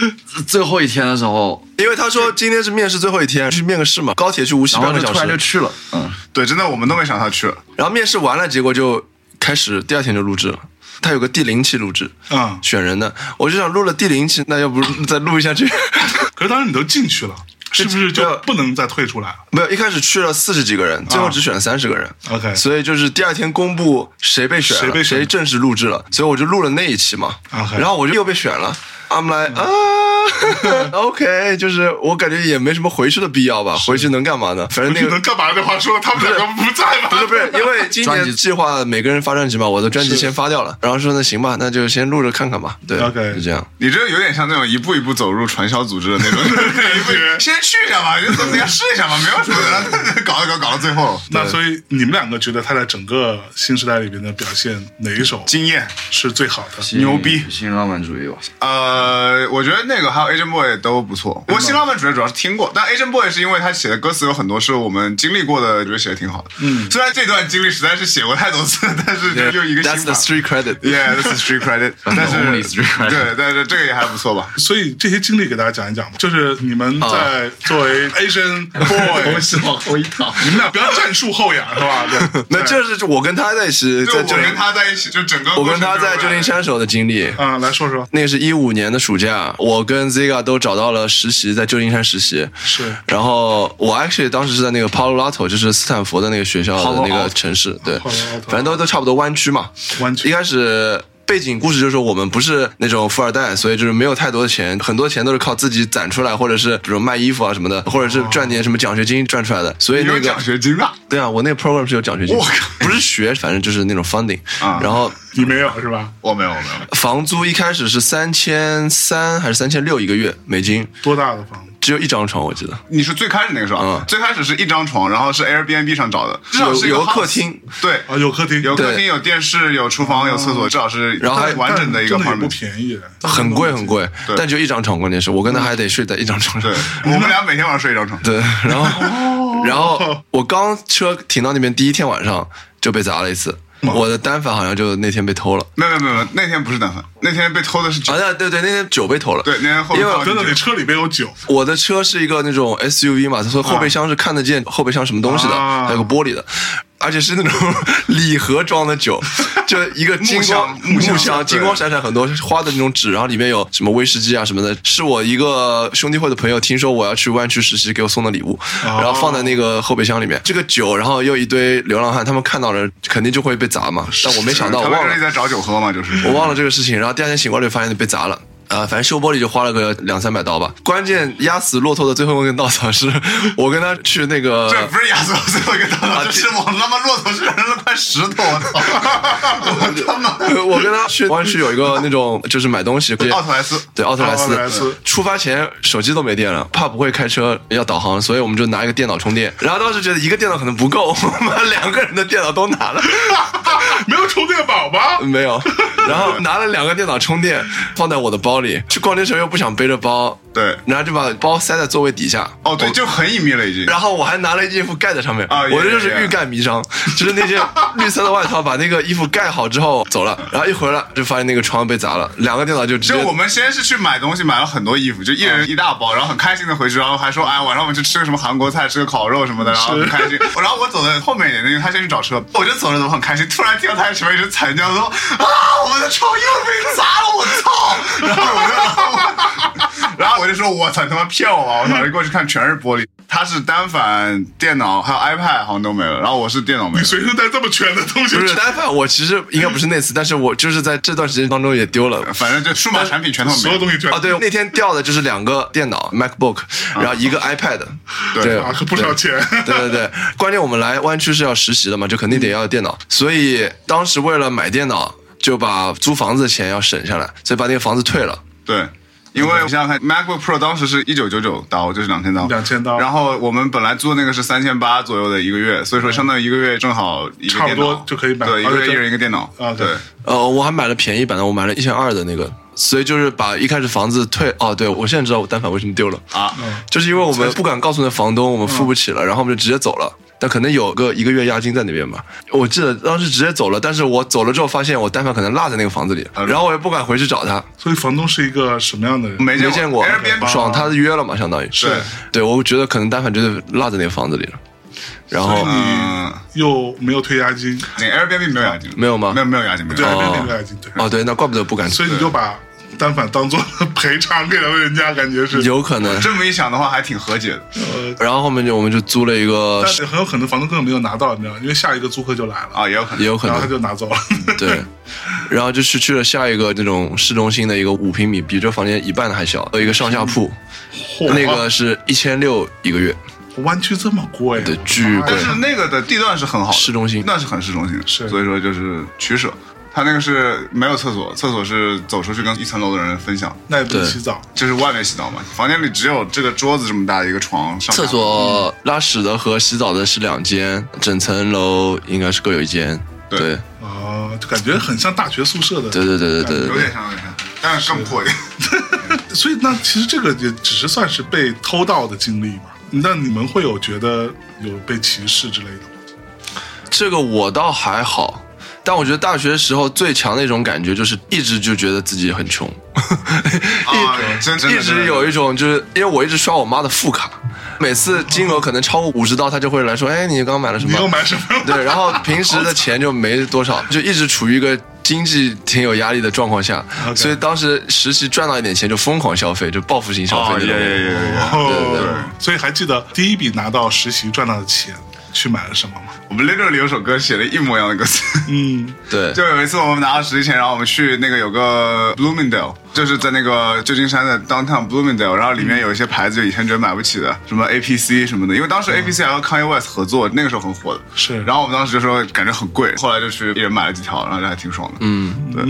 D: 最后一天的时候，
C: 因为他说今天是面试最后一天，去面个试嘛，高铁去无锡
D: 然
C: 半
D: 后
C: 个
D: 就
C: 小
D: 突然就
C: 时，
D: 去了。嗯，
B: 对，真的我们都没想到他去了。
C: 然后面试完了，结果就开始第二天就录制了。他有个第零期录制，
A: 嗯
C: 选人的，我就想录了第零期，那要不再录一下去？
A: 可是当时你都进去了，是不是就
C: 对
A: 不能再退出来了？
C: 没有，一开始去了四十几个人，最后只选了三十个人。
A: OK
C: 所以就是第二天公布谁被选了，
A: 谁被选了
C: 正式录制了，所以我就录了那一期嘛。
A: OK
C: 然后我就又被选了，I'm like 啊，OK，就是我感觉也没什么回去的必要吧，回去能干嘛呢？反正那
A: 你
C: 个
A: 能干嘛的话说了，他们两个不在吗？
C: 不是不是，因为今
D: 专
C: 年
D: 辑
C: 计划每个人发专辑嘛，我的专辑
A: 是
C: 先发掉了，然后说那行吧，那就先录着看看吧，对
A: OK
C: 就这样。
B: 你这有点像那种一步一步走入传销组织的 那种 一步一步先去一下吧，就怎么样试一下吧，没有什么的，搞一搞搞到最后，
A: 那所以你们两个觉得他在整个新时代里边的表现，哪一首
B: 经验。
A: 是最好的？
B: 牛逼
D: 新新浪漫主义吧。
B: 呃，我觉得那个还有 Agent Boy 都不错。我新浪漫主要主要是听过，但 Agent Boy 是因为他写的歌词有很多是我们经历过的，觉得写的挺好的。嗯，虽然这段经历实在是写过太多次，但是就又一个
C: That's
B: 新
C: the
B: 版。
C: street credit。
B: Yeah, this is street credit，但 是
D: only street credit
B: 对，但是这个也还不错吧。
A: 所以这些经历给大家讲一讲吧，就是你们在作为 Asian
D: 我
A: boy，
D: 是往后一躺，
A: 你们俩不要战术后仰是吧？对，
C: 那这是我跟他在一起，
B: 就
C: 在
B: 我
C: 旧
B: 跟
C: 金，
B: 他在一起，就整个
C: 我跟他
B: 过程
C: 在
B: 中
C: 旧金山时候的经历。
A: 啊，来说说，
C: 那个是一五年的暑假，我跟 Ziga 都找到了实习，在旧金山实习。
A: 是
C: 然后我 actually 当时是在那个 Palo Alto，就是斯坦福的那个学校
D: Palo
C: 的那个
D: Alto
C: 城市，对
A: Palo Alto，
C: 反正都都差不多湾区嘛。
A: 弯曲
C: 一开始背景故事就是我们不是那种富二代，所以就是没有太多的钱，很多钱都是靠自己攒出来，或者是比如卖衣服啊什么的，或者是赚点什么奖学金赚出来的。所以
B: 你
C: 那
B: 有
C: 个
B: 奖学金啊？
C: 对啊，我那个 program 是有奖学金，
B: 我靠
C: 不是学，反正就是那种 funding、
B: 啊
C: 然后
A: 你没有是吧？
B: 我没有，我没有。
C: 房租一开始是三千三还是三千六一个月美金，
A: 多大的房子？
C: 只有一张床，我记得
B: 你是最开始那个是吧？
C: 嗯
B: 最开始是一张床，然后是 Airbnb 上找的，至少是一
C: 有有
B: 个 house
C: 客厅，
B: 对，
A: 啊，有客厅，
B: 有客厅，
C: 对嗯
B: 有电视，有厨房，有厕所，至少是
C: 然后还
B: 完整的一个
A: 真的也不
B: apartment。
A: 便宜。
C: 很贵很贵
B: 对，嗯
C: 但就一张床，关键是我跟他还得睡在一张床上
B: 对。， 我们俩每天晚上睡一张床。
C: 对，然后然后我刚车停到那边第一天晚上就被砸了一次，我的单反好像就那天被偷了。
B: 没有没有没有没有，那天不是单反，那天被偷的是酒
C: 啊，。那对对，那天酒被偷了。
B: 对，那天后面
C: 因为
B: 放
A: 啊真的，
B: 了
A: 你
B: 酒。
A: 车里边有酒，
C: 我的车是一个那种 SUV 嘛，
B: 啊
C: 所以后备箱是看得见后备箱什么东西的，
A: 啊
C: 还有个玻璃的，而且是那种 礼盒装的 酒，就一个金光
B: 木箱木箱对
C: 金光闪闪很多花的那种纸，然后里面有什么威士忌啊什么的，是我一个兄弟会的朋友听说我要去湾区实习给我送的礼物，
B: 啊
C: 然后放在那个后备箱里面。这个酒，然后又一堆流浪汉，他们看到了肯定就会被砸嘛，但我没想到，我
B: 他们
C: 忘
B: 就
C: 了
B: 是一直。在找酒喝嘛，就是
C: 我忘了这个事情，然后第二天醒过来就发现被砸了。呃，反正修玻璃就花了个两三百刀吧。关键压死骆驼的最后一根稻草是我跟他去那个，
B: 这不是亚瑟最后一个大
C: 啊
B: 脑，这是我他妈骆驼身上的块石头，我 操！我他妈
C: 我跟他去湾区有一个那种就是买东西，
B: 奥特莱斯
C: 对奥特莱斯，
A: 奥特莱斯
C: 出发前手机都没电了，怕不会开车要导航，所以我们就拿一个电脑充电。然后当时觉得一个电脑可能不够，我们把两个人的电脑都拿了，
A: 没有充电宝吧？
C: 没有。然后拿了两个电脑充电放在我的包里，去逛街时候又不想背着包，
B: 对
C: 然后就把包塞在座位底下。
B: 哦，对，就很隐秘了已经。
C: 然后我还拿了一件衣服盖在上面，
B: 啊
C: 我这
B: 也
C: 就是
B: 也
C: 欲盖弥彰，就是那件绿色的外套把那个衣服盖好之后走了，然后一回来就发现那个床被砸了，两个电脑就直
B: 就
C: 接嗯
B: 我们先是去买东西，买了很多衣服，就一人一大包，然后很开心的回去，然后还说，哎，晚上我们去吃个什么韩国菜，吃个烤肉什么的，然后很开心。然后我走在后面一点，因为他先去找车，我就走着走着很开心，突然听到他在前面一直惨叫说，啊，我的床又被砸了，我操！然后我就，然后我然后我就 说，我操，你他妈骗我吧！我操，一过去看全是玻璃。他是单反、电脑还有 iPad 好像都没了，然后我是电脑没了。
A: 随身带这么全的东西
C: 不，是，单反我其实应该不是那次，但是我就是在这段时间当中也丢了。
B: 反正就数码产品全他妈
A: 所
B: 没
A: 有
B: 了。
A: 东西全
C: 啊，对，那天掉的就是两个电脑 MacBook，然后一个 iPad，
B: 啊对
C: 对
A: 啊，可不少钱。
C: 对对 对，关键我们来湾区是要实习的嘛，就肯
B: 嗯
C: 定得要电脑，所以当时为了买电脑，就把租房子的钱要省下来，所以把那个房子退了。
B: 对，因
A: 嗯
B: 为你想想看，MacBook Pro 当时是一九九九刀，就是两千刀，
A: 2000刀
B: 然后我们本来租的那个是三千八左右的一个月，所以说相当于一个月正好一个
A: 嗯差不多
B: 电脑
A: 就可以买
B: 对，一
A: 而
B: 个
A: 且
B: 月
A: 就
B: 一人一个电脑
A: 啊对
B: 对。
C: 呃，我还买了便宜版的，我买了一千二的那个，所以就是把一开始房子退。哦，对，我现在知道我单反为什么丢了，
B: 啊，
A: 嗯
C: 就是因为我们不敢告诉那房东我们付不起了，然后我们就直接走了。但可能有个一个月押金在那边吧，我记得当时直接走了，但是我走了之后发现我单反可能落在那个房子里，
A: 嗯
C: 然后我也不敢回去找他，
A: 所以房东是一个什么样的人？
B: 没
C: 没
B: 见
C: 见过
B: Airbnb，，
C: 爽他约了嘛，相当于
A: 是
C: 对，我觉得可能单反就是落在那个房子里了，然后
B: 嗯，
A: 又没有退押金，
B: 那 Airbnb 没有押金，
C: 没有啊吗
B: 没有没有押金，没有
A: 对，
B: 押金。
A: 没有退押金，对。
C: 哦对，那怪不得不敢，
A: 所以你就把单反当做 赔偿给了人家，感觉是。
C: 有可能。
B: 哦这么一想的话，还挺和解的。
A: 呃，
C: 然后后面就我们就租了一个
A: 但，是很有可能房东根本没有拿到，你知道吗，因为下一个租客就来了，
B: 啊，也有可
C: 也
B: 能。
C: 有可
A: 然后
C: 能
A: 他就拿走了。
C: 对，然后就去去了下一个那种市中心的一个五平米，比这房间一半还小，有呃一个上下铺， 那个是一千六一个月，
A: 湾区这么贵，啊
C: 对，巨贵
B: 但。是那个的地段是很好的，
C: 市中心
B: 那是很市中心的，
A: 是
B: 所以说就是取舍。他那个是没有厕所，厕所是走出去跟一层楼的人分享，
A: 那也不能
C: 对
A: 洗澡，
B: 就是外面洗澡嘛，房间里只有这个桌子这么大的一个床，上下
C: 厕所拉屎的和洗澡的是两间，整层楼应该是各有一间。
B: 对
C: 对
A: 啊、就感觉很像大学宿舍的。
C: 对对对对对
B: 有
C: 对，
B: 点像，有点像，但是更破一点。
A: 所以那其实这个也只是算是被偷盗的经历嘛。那你们会有觉得有被歧视之类的吗？
C: 这个我倒还好。但我觉得大学时候最强的一种感觉就是一直就觉得自己很穷，哎
B: 啊， 真真的
C: 一直有一种就是因为我一直刷我妈的副卡，每次金额可能超过五十刀，她就会来说：“哎，你刚买了什么？”
A: 你又买什么？
C: 对，然后平时的钱就没多少，就一直处于一个经济挺有压力的状况下
A: OK
C: 所以当时实习赚到一点钱就疯狂消费，就报复性消费
B: 哦，
C: 那
B: 也
C: 种。
B: 也也也。
A: 哦
C: 对对
A: 所以还记得第一笔拿到实习赚到的钱去买了什么吗？
B: 我们 literally 有首歌写的一模一样的歌词，
A: 嗯，
C: 对
B: 就有一次我们拿到实习钱，然后我们去那个有个 Bloomingdale，就是在那个旧金山的 downtown Bloomingdale，然后里面有一些牌子就以前觉得买不起的，什么 APC 什么的，因为当
C: 嗯
B: 时 APC 还和 Kanye West 合作，那个时候很火的。
A: 是
B: 然后我们当时就说感觉很贵，后来就去一人买了几条，然后就还挺爽的。
C: 嗯，
B: 对，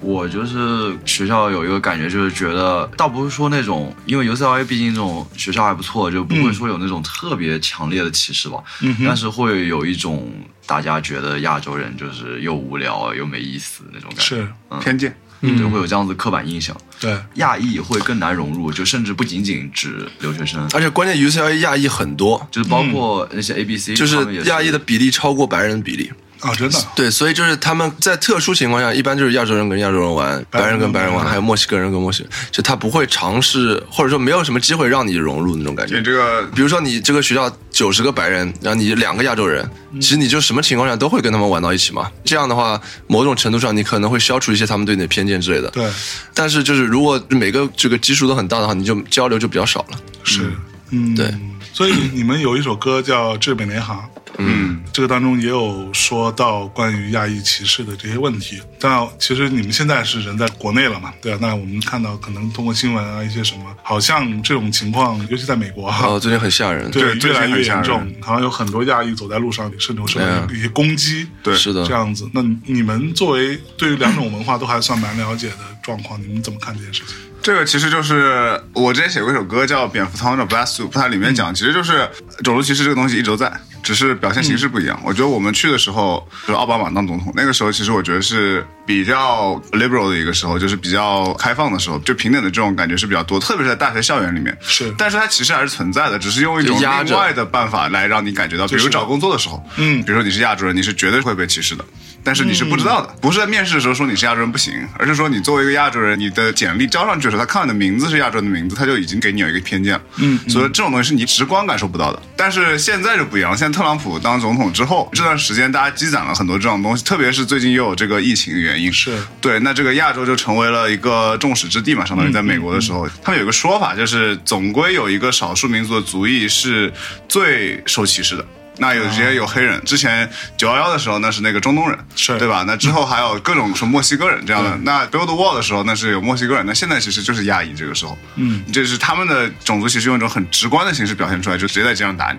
D: 我就是学校有一个感觉，就是觉得倒不是说那种，因为 UCLA 毕竟这种学校还不错，就不会说有那种特别强烈的歧视吧。嗯、但是会有一种大家觉得亚洲人就是又无聊又没意思那种感觉，
A: 是，
B: 偏见。
D: 嗯，就会有这样子刻板印象。
A: 对，
D: 亚裔会更难融入，就甚至不仅仅指留学生，
C: 而且关键 UCLA 亚裔 E 很多，
D: 就是包括那些 A B C，、
C: 嗯就是亚裔的比例超过白人的比例。
A: 啊，真的，
C: 对，所以就是他们在特殊情况下，一般就是亚洲人跟亚洲人玩，白人跟白人玩，还有墨西哥人跟墨西，就他不会尝试，或者说没有什么机会让你融入那种感觉
B: 你。这个
C: 比如说你这个学校九十个白人，然后你两个亚洲人，其实你就什么情况下都会跟他们玩到一起嘛。这样的话，某种程度上你可能会消除一些他们对你的偏见之类的。
A: 对，
C: 但是就是如果每个这个基数都很大的话，你就交流就比较少了。
A: 是，嗯，
C: 对。
A: 所以你们有一首歌叫《致美联航》，嗯，这个当中也有说到关于亚裔歧视的这些问题。但其实你们现在是人在国内了嘛？对啊，那我们看到可能通过新闻啊一些什么，好像这种情况，尤其在美国哈、啊
C: 哦，最近很吓人。
A: 对，
B: 最
A: 越
B: 近
A: 来
B: 很
A: 越
B: 吓
A: 严
B: 人
A: 重，好像有很多亚裔走在路上，甚至受到
C: 对
A: 一些攻击，
B: 对
C: 是的
A: 这，样子。那你们作为对于两种文化都还算蛮了解的状况，你们怎么看这件事情？
B: 这个其实就是我之前写过一首歌叫《蝙蝠汤的 Black Soup》，它里面
C: 嗯
B: 讲，其实就是种族歧视这个东西一直都在，只是表现形式不一样。
C: 嗯
B: 我觉得我们去的时候，就是奥巴马当总统那个时候，其实我觉得是比较 liberal 的一个时候，就是比较开放的时候，就平等的这种感觉是比较多，特别是在大学校园里面。
A: 是
B: 但是它其实还是存在的，只是用一种
C: 就压着
B: 另外的办法来让你感觉到，比
A: 是
B: 如找工作的时候，
A: 嗯
B: 比如说你是亚洲人，你是绝对会被歧视的。但是你是不知道的，不是在面试的时候说你是亚洲人不行，而是说你作为一个亚洲人，你的简历交上去的时候，他看到你的名字是亚洲人的名字，他就已经给你有一个偏见了。嗯，所以这种东西是你直观感受不到的。但是现在就不一样，现在特朗普当总统之后，这段时间大家积攒了很多这种东西，特别是最近又有这个疫情的原因，
A: 是
B: 对，那这个亚洲就成为了一个众矢之的嘛，相
A: 嗯
B: 当于在美国的时候，他们有一个说法，就是总归有一个少数民族的族裔是最受歧视的。那
A: 啊
B: 有些有黑人，之前九幺幺的时候，那是那个中东人，
A: 是嗯
B: 对吧？那之后还有各种什么墨西哥人这样的。那 Build the Wall 的时候，那是有墨西哥人，那现在其实就是亚裔这个时候，
A: 嗯，
B: 就是他们的种族歧视用一种很直观的形式表现出来，就直接在街上打你，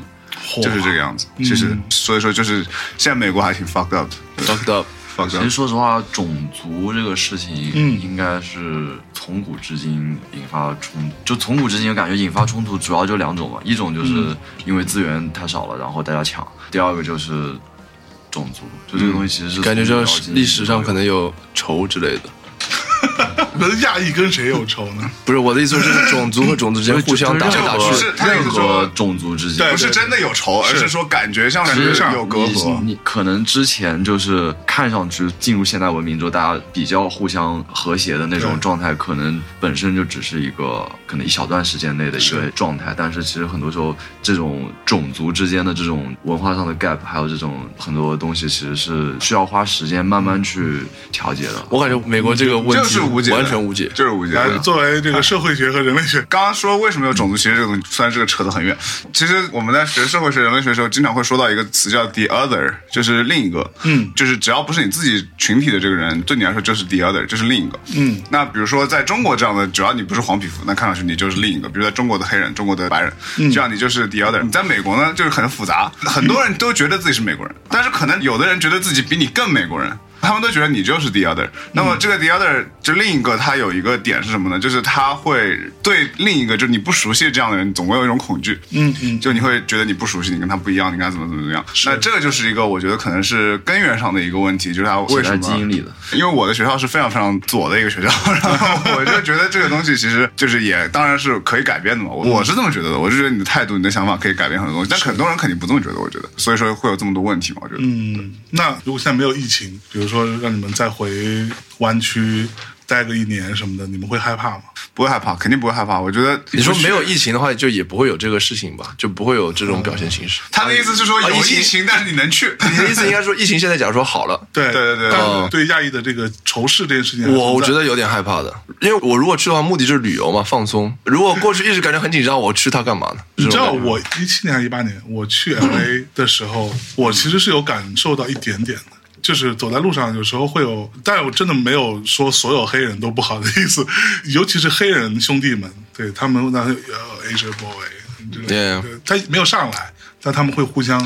B: 就是这个样子。其实，
A: 嗯
B: 所以说就是现在美国还挺 fucked up 的
C: fucked up。
B: ，fucked
D: 其
B: up
D: 实。说实话，种族这个事情，
A: 嗯
D: 应该是从古至今引发冲突。就从古至今，我感觉引发冲突主要就两种嘛，一种
C: 嗯
D: 就是因为资源太少了，然后大家抢；第二个就是种族，就这个东西其实是
C: 感觉
D: 从古
C: 就
D: 到
C: 是
D: 今
C: 历史上可能有仇之类的，
A: 那亚裔跟谁有仇呢？
C: 不是我的意思，就是种族和种族之间互相打来打
B: 不
C: 去
B: 是。他的意
D: 任
B: 思
D: 何
B: 说
D: 种族之间
A: 对嗯
B: 不是真的有仇，而是说感觉上
A: 觉上
B: 有隔阂。
D: 你你可能之前就是看上去进入现代文明之后，大家比较互相和谐的那种
A: 对
D: 状态，可能本身就只是一个可能一小段时间内的一个状态。但是其实很多时候，这种种族之间的这种文化上的 gap，还有这种很多东西，其实是需要花时间慢
B: 嗯
D: 慢去调节的。
C: 我感觉美国这个问
B: 这
C: 题
B: 是无解的，
C: 完全无解。
B: 这是无解的。
A: 来，作为这个社会学和人类学，
B: 刚刚说为什么有种族歧视这个东西，虽然这个扯得很远，其实我们在学社会学、人类学的时候，经常会说到一个词叫 the other，就是另一个，
A: 嗯
B: 就是只要不是你自己群体的这个人，对你来说就是 the other，就是另一个，
A: 嗯，
B: 那比如说在中国这样的，只要你不是黄皮肤，那看上去你就是另一个。比如在中国的黑人、中国的白人，
A: 嗯
B: 这样你就是 the other。你在美国呢，就是很复杂，很多人都觉得自己是美国人，但是可能有的人觉得自己比你更美国人。他们都觉得你就是 the other，那么这个 the other 就另一个，它有一个点是什么呢？就是他会对另一个，就是你不熟悉这样的人，总会有一种恐惧。
A: 嗯嗯，
B: 就你会觉得你不熟悉，你跟他不一样，你该怎么怎么怎么样？那这个就是一个我觉得可能是根源上的一个问题，就是他为什
D: 写在
B: 么啊
D: 基因里的。
B: 因为我的学校是非常非常左的一个学校，然后我就觉得这个东西其实就是也当然是可以改变的嘛，我我是这么觉得的，我就觉得你的态度、你的想法可以改变很多东西，但很多人肯定不这么觉得，我觉得，所以说会有这么多问题嘛，我觉得。
A: 嗯，那如果现在没有疫情，比如说让你们再回湾区待个一年什么的，你们会害怕吗？
B: 不会害怕，肯定不会害怕。我觉得
C: 你说没有疫情的话，就也不会有这个事情吧，就不会有这种表现形式。
B: 他的意思是说有
C: 啊疫
B: 疫
C: 情
B: 情，但是你能去。
C: 你的意思应该说，疫情现在假如说好了，
A: 对
B: 对对对
A: 但
C: 哦
A: 是对亚裔的这个仇视这件事情还存在，
C: 我我觉得有点害怕的，因为我如果去的话，目的就是旅游嘛，放松。如果过去一直感觉很紧张，我去它干嘛呢？
A: 你知
C: 这种
A: 道
C: 感觉
A: 我一七年还一八年我去 LA 的时候，我其实是有感受到一点点的。就是走在路上，有时候会有，但我真的没有说所有黑人都不好的意思， 尤其是黑人兄弟们，对他们那呃 Asian boy，这种
C: Yeah
A: 对他没有上来，但他们会互相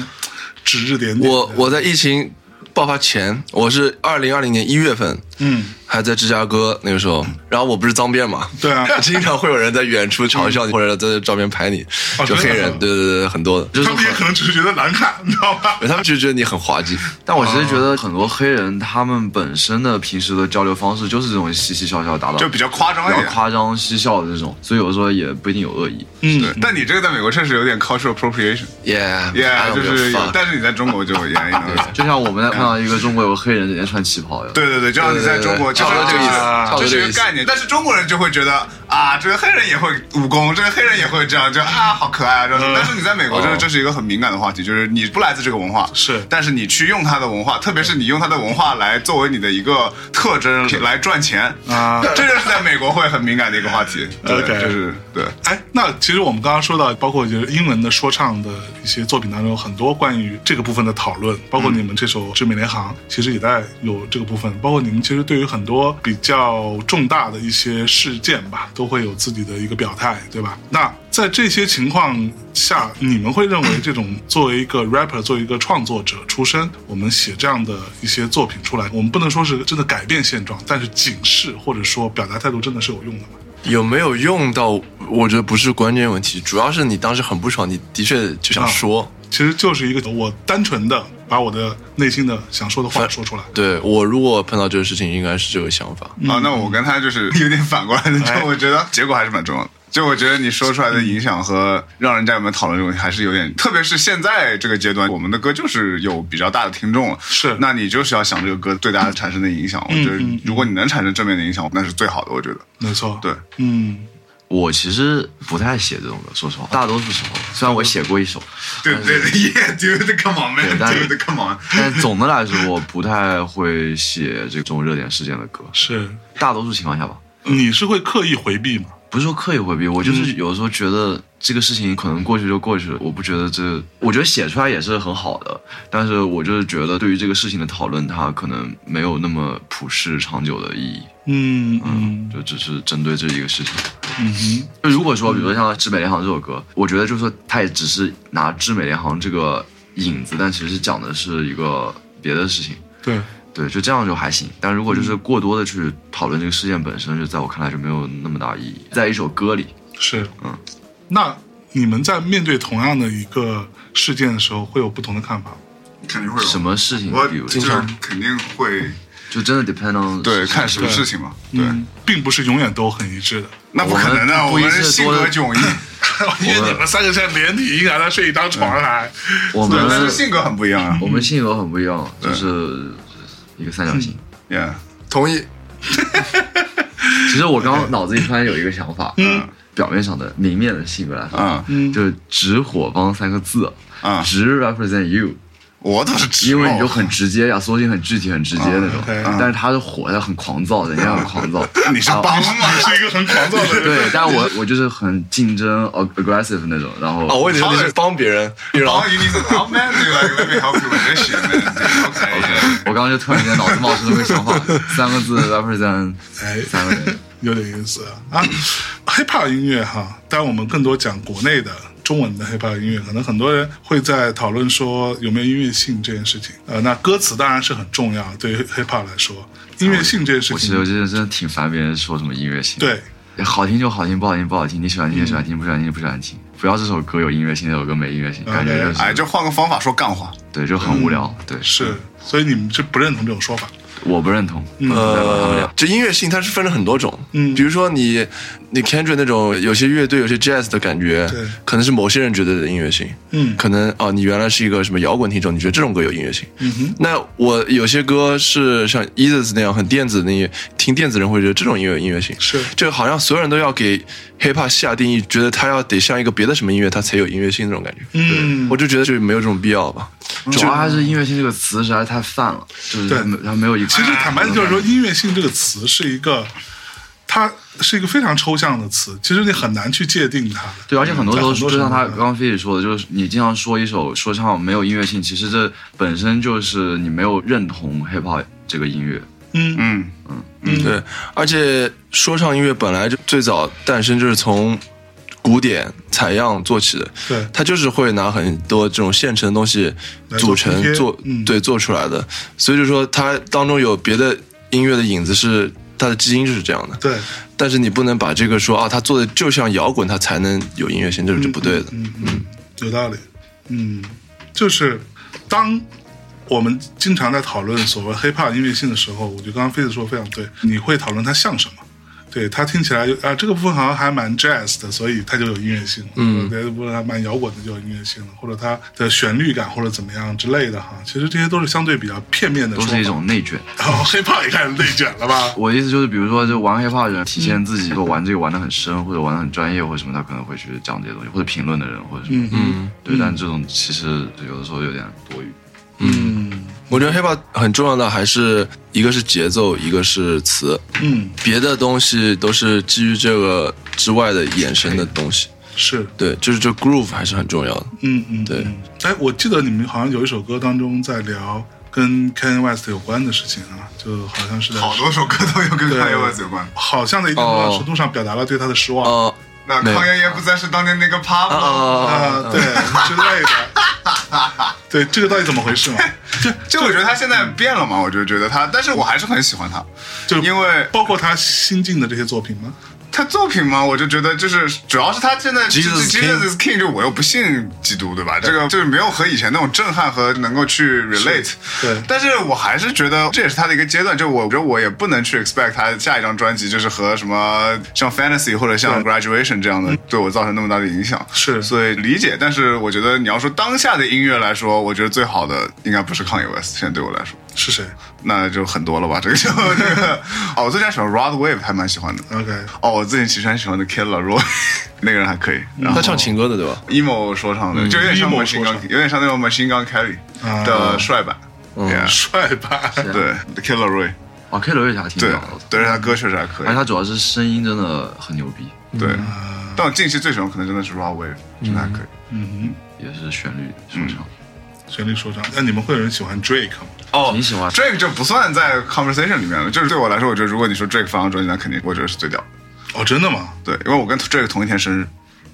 A: 指指点点。
C: 我我在疫情爆发前，我是二零二零年一月份，
A: 嗯，
C: 还在芝加哥那个时候，然后我不是脏辫嘛，
A: 对啊 嗯
C: 经常会有人在远处嘲笑你，或者在照片拍你，
A: 哦
C: 就
A: 真的
C: 黑人
A: 吗，
C: 对对对，很多的，就是
A: 他们也可能只是觉得难看，你知道吧？
C: 他们就觉得你很滑稽，
D: 但我其
B: 啊
D: 实觉得很多黑人他们本身的平时的交流方式就是这种嘻嘻笑笑、打打
B: 就比较夸张一
D: 比较
B: 点。
D: 夸张、嬉笑的这种，所以有时候也不一定有恶意。
B: 对，
C: 嗯
B: 但你这个在美国确实有点 cultural appropriation，yeah，
C: yeah，
B: 就是有，
C: 但
B: 但是你在中国就 也也
D: 就像我们在看到一个中国有个黑人整天穿旗袍一样。
B: 对对对，就像你在中国，
C: 对对对
B: 就是
C: 差不多这个意思
B: 就是
C: 差不多这
B: 就
C: 个
B: 是
C: 意
B: 一个
C: 思
B: 概念。但是中国人就会觉得啊，这个黑人也会武功，这个黑人也会这样，就啊好可爱啊这样。但是你在美国，这
C: 哦
B: 这是一个很敏感的话题，就是你不来自这个文化，
A: 是
B: 但是你去用它的文化，特别是你用它的文化来作为你的一个特征来赚钱
A: 啊
B: 这就是在美国会很敏感的一个话题。对
A: OK
B: 就是对。
A: 哎，那其实我们刚刚说到，包括就是英文的说唱的一些作品当中，有很多关于这个部分的讨论，包括你们这首《致命联行》，其实也在有这个部分，包括你们其实对于很多比较重大的一些事件吧，都会有自己的一个表态，对吧？那在这些情况下，你们会认为这种作为一个 rapper，作为一个创作者出身，我们写这样的一些作品出来，我们不能说是真的改变现状，但是警示或者说表达态度真的是有用的吗？
C: 有没有用到？我觉得不是关键问题，主要是你当时很不爽，你的确就想说。
A: 其实就是一个我单纯的把我的内心的想说的话
C: 反
A: 说出来。
C: 对我如果碰到这个事情，应该是这个想法。
B: 啊，那我跟他就是有点反过来的，就我觉得结果还是蛮重要的。就我觉得你说出来的影响和让人家有没有讨论这个问题，还是有点，特别是现在这个阶段，我们的歌就是有比较大的听众了，
A: 是
B: 那你就是要想这个歌对大家产生的影响。我觉得
A: 嗯嗯
B: 如果你能产生正面的影响，那是最好的。我觉得，
A: 没错，
B: 对，
A: 嗯，
D: 我其实不太写这种歌，说实话，大多数时候，虽然我写过一首，
B: 对对对，Yeah，dude，come on
D: 对但是
B: man，dude come on。
D: 但总的来说，我不太会写这种热点事件的歌，
A: 是，
D: 大多数情况下吧。
A: 你是会刻意回避吗？
D: 不是说刻意回避，我就是有的时候觉得这个事情可能过去就过去了，我不觉得这，我觉得写出来也是很好的，但是我就是觉得对于这个事情的讨论，它可能没有那么普世长久的意义，
A: 嗯嗯
D: 就只是针对这一个事情。
A: 嗯哼
D: 就如果说，比如说像《致美联行》这首歌，我觉得就是说，它也只是拿《致美联行》这个引子，但其实讲的是一个别的事情。
A: 对，
D: 对，就这样就还行。但如果就是过多的去讨论这个事件本身，就在我看来就没有那么大意义。在一首歌里，
A: 是，
D: 嗯。
A: 那你们在面对同样的一个事件的时候，会有不同的看法吗？
B: 肯定会有
D: 什？么事情，
B: 我
D: 嗯比如
B: 就是
D: 就
B: 肯定会
D: 就真的 depend on
B: 对
D: 事情
B: 看什么
A: 对
B: 事情嘛，对，
A: 嗯，并不是永远都很一致的。
B: 那不可能的，我
D: 我们不一
B: 们
D: 致
B: 是性
D: 多
B: 格
D: 了
B: 迥
A: 因
B: 异，
A: 为你们三个现在连体婴儿在睡一张床上来，
D: 我
B: 对，但
D: 们
B: 是性格很不一样啊
D: 我们性格很不一样，就是一个三角形。
B: ，Yeah。
C: 同意。
D: 其实我刚刚脑子里突然有一个想法，
A: 嗯，
D: 表面上的明面的性格来说，
B: 嗯
A: 嗯
D: 就是直火帮三个字，
B: 嗯
D: 直 represent you，
B: 我倒是直，哦啊
D: 因为你就很直接呀，缩进很具体、很直接那种。
A: OK
D: 但是他是火，他很狂躁，人家很狂躁。
B: 你 是帮嘛？
A: 是一个很狂躁的人。
D: 对，但我我就是很竞争 aggressive 那种，然后
C: 哦，我以为你是帮别 人，你然后
B: Oh, you need to help man, dude. Like, let me help you with this shit, man. Dude, Okay.
D: 我刚刚就突然间脑子冒出了个想法，三个字 represent
A: 哎
D: 三个人。
A: 有点意思啊。啊 hiphop 音乐哈，当然我们更多讲国内的中文的 hiphop 音乐，可能很多人会在讨论说有没有音乐性这件事情。呃，那歌词当然是很重要，对于 hiphop 来说，音乐性这件事
D: 啊我其实我
A: 情，
D: 真的真的挺烦别人说什么音乐性。
A: 对，
D: 好听就好听，不好听不好听，你喜欢听就喜欢听，不喜欢听就不喜欢听。不要这首歌有音乐性，这首歌没音乐性，感觉就是
B: 哎，就换个方法说干话。
D: 对，就很无聊。对，
A: 是，所以你们是不认同这种说法。
D: 我不认同。嗯
C: 呃，就音乐性它是分了很多种，
A: 嗯
C: 比如说你你 Kendrick 那种有些乐队有些 jazz 的感觉
A: 对，
C: 可能是某些人觉得的音乐性，
A: 嗯
C: 可能哦你原来是一个什么摇滚听众，你觉得这种歌有音乐性，
A: 嗯哼，
C: 那我有些歌是像 e a s 那样很电子的音乐，听电子人会觉得这种音乐有音乐性，
A: 是
C: 就好像所有人都要给 hip hop 下定义，觉得它要得像一个别的什么音乐，它才有音乐性那种感觉，
A: 嗯
C: 我就觉得就没有这种必要吧，
D: 主要还是音乐性这个词实在太泛了，就是它
A: 对
D: 没它没有一个。
A: 其实坦白的就是说，音乐性这个词是一个，它是一个非常抽象的词，其实你很难去界定它的。
D: 对，而且很多时候，就像他
A: 嗯
D: 刚刚菲姐说的，就是你经常说一首说唱没有音乐性，其实这本身就是你没有认同 hip hop 这个音乐。
A: 嗯
B: 嗯，
C: 对，而且说唱音乐本来就最早诞生就是从古典采样做起的，
A: 对
C: 它就是会拿很多这种现成的东西
A: 来
C: 组
A: 做拼贴
C: 成做，
A: 嗯
C: 对，做出来的。所以就说它当中有别的音乐的影子是。它的基因就是这样的，
A: 对，
C: 但是你不能把这个说啊，它做的就像摇滚，它才能有音乐性，这是不对的。
A: 嗯嗯，有道理。嗯，就是当我们经常在讨论所谓 hiphop 音乐性的时候，我觉得刚刚菲子说的非常对，你会讨论它像什么。对它听起来就啊，这个部分好像还蛮 jazz 的，所以它就有音乐性了。嗯，这个部分还蛮摇滚的，就有音乐性了，或者它的旋律感或者怎么样之类的哈。其实这些都是相对比较片面的
D: 都
A: 说
D: 是一
A: 法。
D: 种内卷。
A: 然后黑怕也开始内卷了吧？
D: 我的意思就是，比如说，就玩 hiphop 的人体现自己，如果玩这个玩的很深，或者玩的很专业，或者什么，他可能会去讲这些东西，或者评论的人，或者什么，嗯，对。但这种其实有的时候有点多余。
A: 嗯
C: 我觉得 hiphop 很重要的还是一个是节奏，一个是词，
A: 嗯，
C: 别的东西都是基于这个之外的衍生的东西。
A: 是，
C: 对，就是这 groove 还是很重要的。
A: 嗯嗯，
C: 对
A: 嗯。哎，我记得你们好像有一首歌当中在聊跟 Kanye West 有关的事情啊，就好像是在
B: 好多首歌都有跟
A: 对
B: Kanye West 有关。
A: 好像在一定
C: 哦
A: 程度上表达了对他的失望。
C: 哦、
B: 那
C: 没有
B: 康爷爷不再是当年那个
C: 啊
B: Pablo，
C: 啊
A: 啊，对
B: 哦
A: 之类的。 对，这个到底怎么回事嘛？这
B: 就我觉得他现在变了嘛，我就觉得他，但是我还是很喜欢他，
A: 就
B: 因为
A: 包括他新进的这些作品吗？
B: 他作品嘛，我就觉得就是主要是他现在
C: Jesus
B: Jesus
C: King
B: is King，就我又不信基督，对吧？这个就是没有和以前那种震撼和能够去 relate。
A: 对
B: 但是我还是觉得这也是他的一个阶段，就我觉得我也不能去 expect 他下一张专辑就是和什么像 Fantasy 或者像 Graduation 这样的对我造成那么大的影响。
A: 是
B: 所以理解。但是我觉得你要说当下的音乐来说，我觉得最好的应该不是 Kanye West，现在对我来说。
A: 是谁
B: 那就很多了吧，这个就这个哦，我最近还喜欢 Rod Wave，还蛮喜欢的。
A: ？OK，
B: 哦，我最近其实很喜欢的 Killer Roy，那 个人还可以。然后
C: 他唱情歌的对吧？
B: emo 说唱的，就有点像
A: emo
B: Machine
A: 说
B: Gun，
A: 唱
B: 有点像那种 Machine Gun Kelly
A: 啊
B: 的帅版。Yeah，
A: 帅吧？
B: 对，Killer Roy，
D: 哦，K 罗瑞还挺
B: 对
D: 屌的，
B: 对，他歌确实还可
D: 而且
B: 以。
D: 他主要是声音真的很牛逼，
B: 对，
A: 啊
B: 但我近期最喜欢可能真的是 Rod Wave，真的还可以。
A: 嗯
D: 也是旋律说
B: 嗯
D: 唱。
A: 哼，旋律说唱。那你们会有人喜欢 Drake 吗？
B: 哦
D: 你喜欢
B: Drake 就不算在 conversation 里面了，就是对我来说，我觉得如果你说 Drake 发张专辑，那肯定我觉得是最屌的。
A: 哦，真的吗
B: 对，因为我跟 Drake 同一天生日，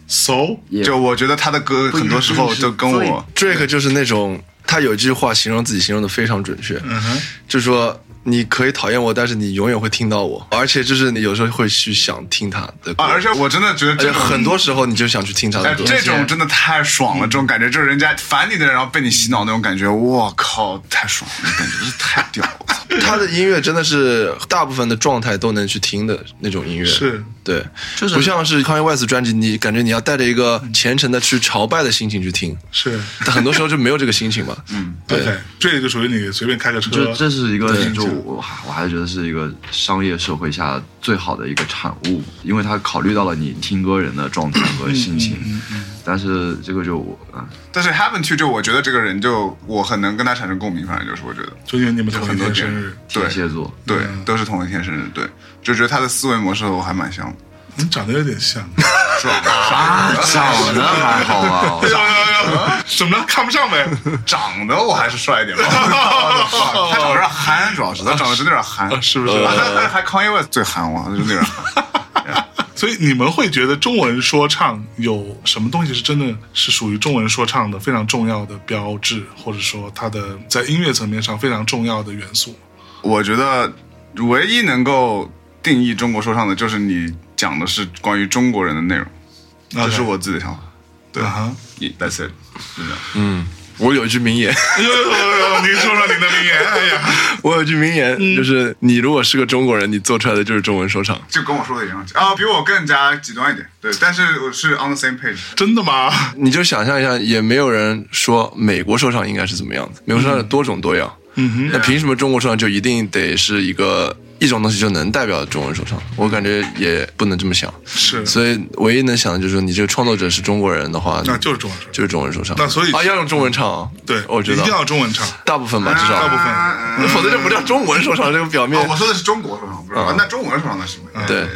A: ？So，
D: Yeah
B: 就我觉得他的歌很多时候就跟
D: 不一定
B: 我啊
C: Drake 就是那种，他有一句话形容自己形容的非常准确，就说你可以讨厌我，但是你永远会听到我，而且就是你有时候会去想听他的歌，
B: 啊，而且我真的觉得
C: 而且
B: 这种
C: 很多时候你就想去听他
B: 哎，
C: 的歌。
B: 这种真的太爽了，这种感觉就是人家烦你的人，然后被你洗脑那种感觉，我靠，太爽了，感觉是太屌了，我操！
C: 他的音乐真的是大部分的状态都能去听的那种音乐，
A: 是
C: 对，就是不像是 Kanye West 专辑，你感觉你要带着一个虔诚的去朝拜的心情去听，
A: 是
C: 但很多时候就没有这个心情嘛。嗯，对。
A: ，OK，Drake 就属于你随便开个
D: 就
A: 车，
D: 这是一个
C: 对，
D: 就我还我还是觉得是一个商业社会下最好的一个产物，因为它考虑到了你听歌人的状态和心情。但是这个就我，嗯
B: 但是 Happen to 就我觉得这个人就我很能跟他产生共鸣，反正就是我觉得
A: 就因为你们
B: 有
A: 同
B: 很
A: 一
B: 多
A: 天
B: 点
A: 生日，嗯
B: 对
D: 天蝎座，
B: 对，都是同一天生日，对，就觉得他的思维模式和我还蛮像的，
A: 你们长得有点 像。
B: 是吧？
D: 啊长得还好吧？
B: 啊
A: 哎呦呦呦呦怎么了？看不上呗？
B: 长得我还是帅一 点吧，他长得有点憨，主要是他长得真的有点憨，
A: 啊是不是？
B: 还 还 Kanye West 最憨我，就是那个。
A: 所以你们会觉得中文说唱有什么东西是真的是属于中文说唱的非常重要的标志，或者说它的在音乐层面上非常重要的元素？
B: 我觉得唯一能够定义中国说唱的，就是你讲的是关于中国人的内容，这是我自己的想法。对
A: 啊哈！
B: ，That's it，就这样。
C: 我有一句名言，
A: 哎呦呦呦呦！您说说您的名言。 哎呀，
C: 我有一句名言，
A: 嗯
C: 就是你如果是个中国人，你做出来的就是中文说唱。
B: 就跟我说的一样啊，比我更加极端一点。对，但是我是 on the same page。
A: 真的吗？
C: 你就想象一下，也没有人说美国说唱应该是怎么样子。美国说唱多种多样，嗯哼，那凭什么中国说唱就一定得是一个一种东西就能代表中文说唱？我感觉也不能这么想。
A: 是，
C: 所以唯一能想的就是说，你这个创作者是中国人的话，
A: 那就是中文说唱。
C: 就是中文说唱。
A: 那所以
C: 啊，要用中文唱啊，
A: 对，
C: 我知
A: 一
C: 道
A: 定，要中文唱。
C: 大部分吧，至
A: 大
C: 少嗯
A: 部，分
B: 啊
C: 否则这不叫中文说唱，这个表面
B: 啊，我说的是中国说唱，不是吧
C: 嗯？
B: 那中文说唱那是什么？
C: 对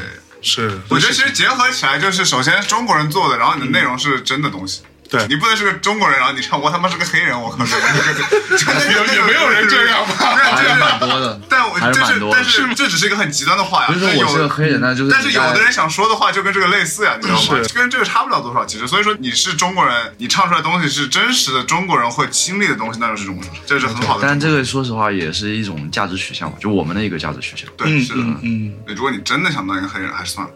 A: 是，
B: 我觉得其实结合起来，就是首先是中国人做的，然后你的内容是真的东西。
A: 对
B: 你不能是个中国人，然后你唱我他妈是个黑 人，我靠！这个真的
A: 也没有人这样吧
B: 吧？
D: 还是蛮多的
B: 但我
D: 还是
B: 这
D: 蛮
B: 是
D: 多的
B: 但是这只是一个很极端的话呀。
D: 不是说
B: 但有
D: 我是个黑人，但就是
B: 但是有的人想说的话就跟这个类似呀，你知道吗
A: 是？
B: 跟这个差不了多少。其实，所以说你是中国人，你唱出来的东西是真实的中国人会经历的东西，那就是中国人，这是很好的。
D: 但这个说实话也是一种价值取向嘛，就我们的一个价值取向。
B: 对，是的。
A: 嗯，
B: 如果你真的想当一个黑人，还是算了。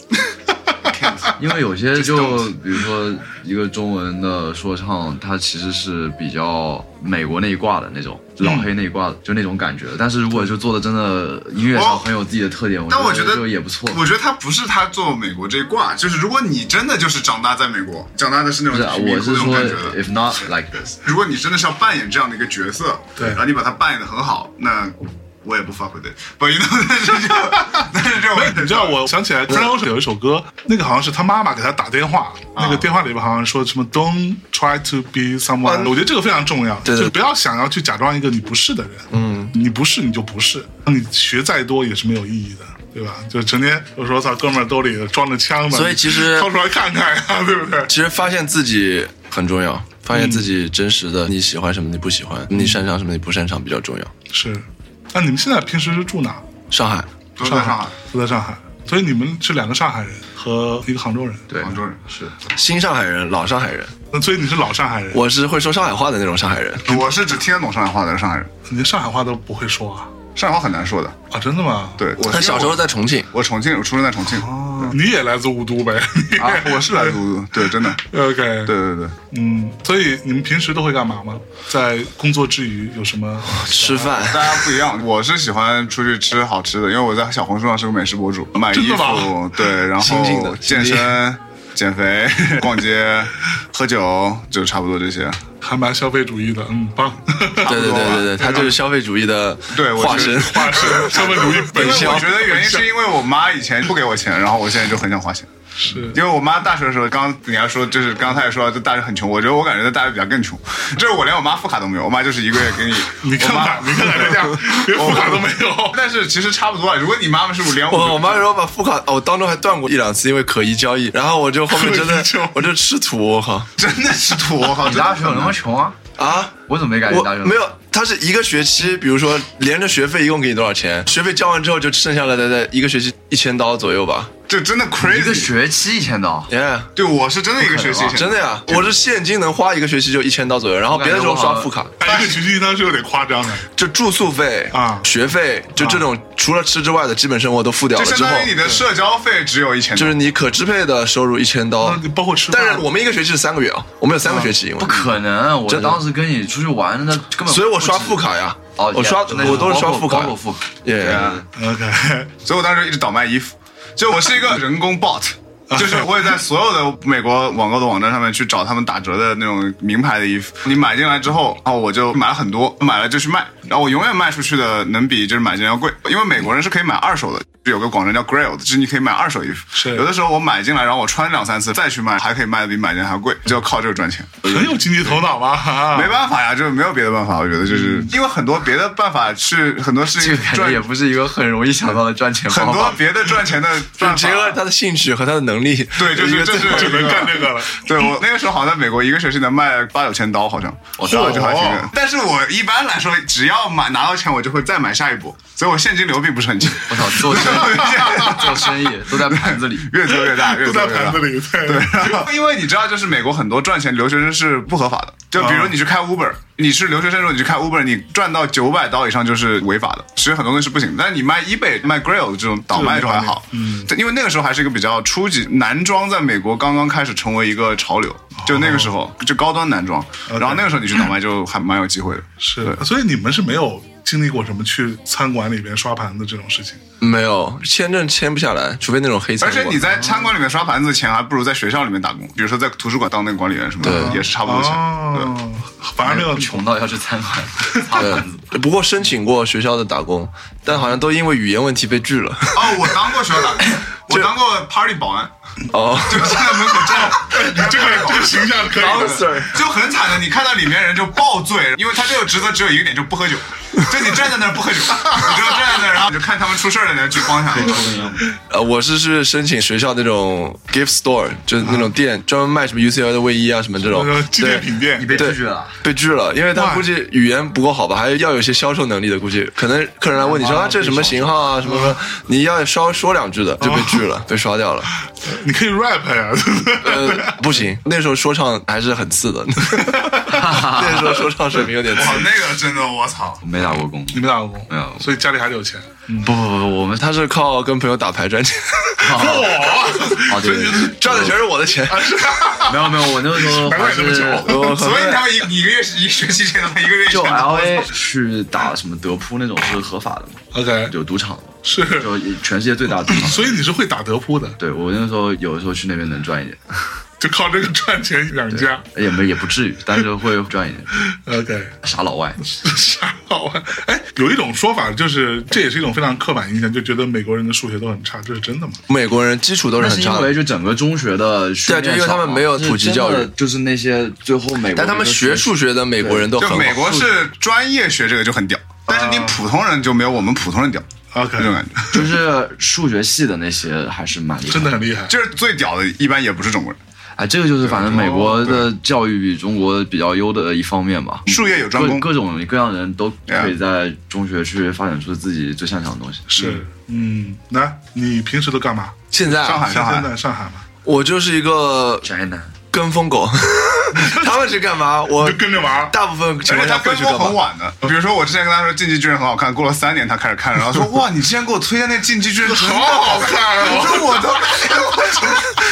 D: 因为有些
B: Just
D: 就
B: don't
D: 比如说一个中文的说唱，它其实是比较美国那一挂的那种老
C: 嗯
D: 黑那一挂的，就那种感觉。但是如果就做的真的音乐上
B: 哦
D: 很有自己的特点，
B: 但我觉
D: 得
B: 得
D: 就也不错。
B: 我觉得他不是他做美国这一挂，就是如果你真的就是长大在美国，长大的是那
D: 不
B: 种
D: 是啊，
B: 贫民
D: 我
B: 窟
D: 是
B: 那种
D: 说
B: 感觉的。
D: ，if not like this，
B: 如果你真的是要扮演这样的一个角色，
A: 对
B: 然后你把它扮演的很好，那我也不 fuck with it。不，you know，但是就， 但是这
A: 哎，你知道，我 想起来 f r a n 有一首歌，那个好像是他妈妈给他打电话，那个电话里边好像说什么 “Don't try to be someone”，、
C: 嗯
A: 我觉得这个非常重要，
C: 对对
A: 就是不要想要去假装一个你不是的人，嗯，你不是你就不是，你学再多也是没有意义的。对吧？就成天就说操，哥们儿兜里装着枪吧，
C: 所以其实
A: 掏出来看看呀、 对不对？
C: 其实发现自己很重要，发现自己真实的你喜欢什么，你不喜欢，你擅长什么，你不擅长比较重要。
A: 是。那、你们现在平时是住哪？
C: 上海，
B: 都在上海，
A: 都在上海，所以你们是两个上海人和一个杭州人。
D: 对，
B: 杭州人是，
C: 新上海人，老上海人，
A: 那所以你是老上海人，
C: 我是会说上海话的那种上海人。
B: 我是只听得懂上海话的上海人，
A: 你连上海话都不会说啊？
B: 上海话很难说的。
A: 啊，真的吗？
B: 对，我
C: 他小时候在重庆，
B: 我重庆，我出生在重庆啊，
A: 哦，你也来自雾都呗？
B: 我是来自乌对，真的，
A: OK，
B: 对，对对。
A: 嗯，所以你们平时都会干嘛吗？在工作之余有什么？
C: 吃饭。
B: 大家不一样， 我是喜欢出去吃好吃的，因为我在小红书上是个美食博主，买
A: 真
B: 衣
A: 的吗
B: 服，对，然
C: 新进的
B: 后健
C: 新
B: 身、减肥、 逛街、喝酒，就差不多这些。
A: 还蛮消费主义的，嗯，棒，
C: 对对对对对，他就是消费主义的
B: 对我
C: 化
B: 觉得
C: 身。
A: 化身消费主义
B: 因
A: 本
B: 为
A: 消
B: 我。觉得原因是因为我妈以前不给我钱，然后我现在就很想花钱。
A: 是
B: 因为我妈大学的时候，刚刚你还说，就是刚才也说，就大学很穷。我觉得我感觉在大学比较更穷，就是我连我妈副卡都没有，我妈就是一个月给你，
A: 你看
B: 我妈
A: 看，你看看人 家连副卡都没有。
B: 但是其实差不多啊。如果你妈妈是不是连
C: 我我妈说把副卡，哦我当中还断过一两次，因为可疑交易，然后我就后面真
A: 可
C: 的
A: 疑交易，
C: 我就吃土，我靠
B: 真的是土，我靠！
D: 你大学有那么穷啊？
C: 啊！
D: 我怎么没感觉
C: 我
D: 大学
C: 没有，他是一个学期，比如说连着学费一共给你多少钱？学费交完之后就剩下来的一个学期一千刀左右吧。
B: 就真的
D: 一个
B: crazy。
D: 学期一千刀？
C: Yeah，
B: 对，我是真的一个学期以前
C: 真的呀，我是现金能花一个学期就一千刀左右，然后
D: 我感
C: 别
D: 觉
C: 的时候
D: 我好
C: 刷
D: 像
C: 副卡，
A: 哎，一个学期当时有点夸张的，
C: 就住宿费
A: 啊
C: 学费，就这种除了吃之外的基本生活都付掉
B: 就
C: 了之
B: 相
C: 后
B: 当于，你的社交费只有一千，
C: 就是你可支配的收入一千刀
A: 那你，包括吃饭
C: 但是我们一个学期是三个月啊，我们有三个学期，因为
D: 不可能！啊我
C: 真的
D: 当时跟你出去玩，那根本
C: 所以我刷
D: 不止
C: 副卡呀，
D: 哦，
C: 我刷
D: 那
C: 我都是刷
D: 包括
C: 副卡
D: 包括，副卡。
C: 耶，
A: OK，
B: 所以我当时一直倒卖衣服，就我是一个人工 bot。就是我也在所有的美国网购的网站上面去找他们打折的那种名牌的衣服，你买进来之后，然后我就买了很多，买了就去卖，然后我永远卖出去的能比就是买进来要贵，因为美国人是可以买二手的，就有个广告叫 Grail，就是你可以买二手衣服，
A: 是
B: 有的时候我买进来，然后我穿两三次再去卖，还可以卖的比买进来还贵，就靠这个赚钱。
A: 很有经济头脑吧？哈
B: 没办法呀，就是没有别的办法，我觉得就是因为很多别的办法是很多事
D: 这
B: 情
D: 个感觉
B: 赚
D: 也不是一个很容易想到的赚钱
B: 很
D: 方
B: 多
D: 法。
B: 别的赚钱的
C: 就
B: 办
C: 结合
B: 法。
C: 他的兴趣和他的能力，
B: 对，就
C: 一
B: 是
C: 个
B: 这
C: 最
B: 是
C: 好
A: 只能干这个了。
B: 对我那个时候好像在美国一个学期能卖八九千刀，好像，我
A: 知道
B: 就还挺远。但是我一般来说，只要买拿到钱，我就会再买下一波，所以我现金流并不是很紧，
D: 我操，哦做生 意，做生意都在盘子里。
B: 越做越大，越
A: 都在
B: 做越
A: 盘
B: 大
A: 子。里，对
B: 对，然 后因为你知道，就是美国很多赚钱留学生是不合法的，就比如你去开 Uber，你是留学生的时候你去开 Uber，你赚到九百刀以上就是违法的，其实很多东西是不行的。但是你卖 eBay、卖 Grail 这种倒卖就还好，嗯，因为那个时候还是一个比较初级男装，在美国刚刚开始成为一个潮流，就那个时候就高端男装，然后那个时候你去倒卖就还蛮有机会的。
A: 是，所以你们是没有经历过什么去餐馆里边刷盘子这种事情。
C: 没有签证签不下来，除非那种黑餐
B: 而
C: 馆
B: 且你在餐馆里面刷盘子钱，还不如在学校里面打工，比如说在图书馆当那个管理员什么的，
C: 对
B: 也是差不多钱。对。
A: 哦，反而没有
D: 穷到要去餐 馆擦盘子，
C: 对，不过申请过学校的打工，但好像都因为语言问题被拒了。
B: 哦，我当过学校打工，我当过 party 保安，
C: 哦，
B: 就站在门口站 着，
A: 这个这个形象可以的。
C: Bouncer
B: 就很惨的。你看到里面人就爆醉，因为他这个职责只有一个点，就不喝酒。就你站在那儿不喝酒，你只有站在那儿，然后你就看他们出事儿的人去帮一下。
C: 呃，我是是申请学校那种 gift store，就是那种店专门卖什么 UCL 的卫衣啊什么这种
A: 呃，纪念品店
D: 你被
C: 对
D: 拒绝了。啊
C: 对被拒了，因为他估计语言不够好吧，还要有一些销售能力的，估计可能客人来问你说
D: 啊
C: 啊这是什么型号啊什么什么，你要稍微说两句的就被拒了，被刷掉了。
B: 哎
A: 你可以 rap 呀，
C: 呃，不行，那时候说唱还是很次的。 那时候说唱水平有点次
B: 哇，。那个真的，我操！
D: 我没打过工。
A: 你没打过工，
D: 没有
A: 所以家里还是有钱。
D: 嗯不不不，我们
C: 他是靠跟朋友打牌赚钱，
D: 哦对，
C: 赚的全是我的钱。
D: 没有没有，我那个时 候
A: 难怪
D: 还
A: 这么久
D: 是
C: 我
B: 所以他们一一个月一学期前，一个月
D: 就
B: 前
D: L A 去打什么德扑那种是合法的嘛，
A: OK，
D: 有赌场的嘛，
A: 是，
D: 就全世界最大的赌场。
A: 所以你是会打德扑的，
D: 对我那时候有的时候去那边能赚一点，
A: 就靠这个赚钱养家。
D: 也没也不至于，但是会赚一点。
A: OK，
D: 傻老外，
A: 啥好玩？哎，有一种说法就是，这也是一种非常刻板印象，就觉得美国人的数学都很差，这是真的吗？
C: 美国人基础都是
D: 那
C: 很
D: 是
C: 差
D: 因
C: 的
D: 为，就整个中学的训练
C: 对就因为
D: 少
C: 他们
D: 嘛
C: 没有普及教育，
D: 是真的就是那些最后美国，
C: 但他们学数学的美国人都很
B: 就
C: 好。
B: 美国是专业学这个就很屌，但是你普通人就没有我们普通人屌，
A: OK，
B: 这种感觉。
D: 就是数学系的那些还是蛮厉害
A: 真的很厉害。
B: 就是最屌的，一般也不是中国人。
D: 哎，这个就是反正美
B: 哦
D: 国的教育比中国比较优的一方面吧。
B: 术业有专
D: 各
B: 攻，
D: 各种各样的人都
B: Yeah
D: 可以在中学去发展出自己最擅长的东西。
A: 是，嗯，那你平时都干嘛？
C: 现在啊
B: 上海
A: 现在在上海吗？
C: 我就是一个
D: 宅男，
C: 跟风狗， 他们去干嘛？我
A: 就跟着玩儿。
C: 大部分情
B: 而
C: 况
B: 且哎
C: 下
B: 他
C: 会
B: 跟
C: 去
B: 风
C: 干
B: 很
C: 嘛？
B: 晚的。比如说，我之前跟他说《进击巨人》很好看，过了三年他开始看了，然后说：“哇，你之前给我推荐那《进击巨人》
A: 好好看哦！
B: 我说我都没有。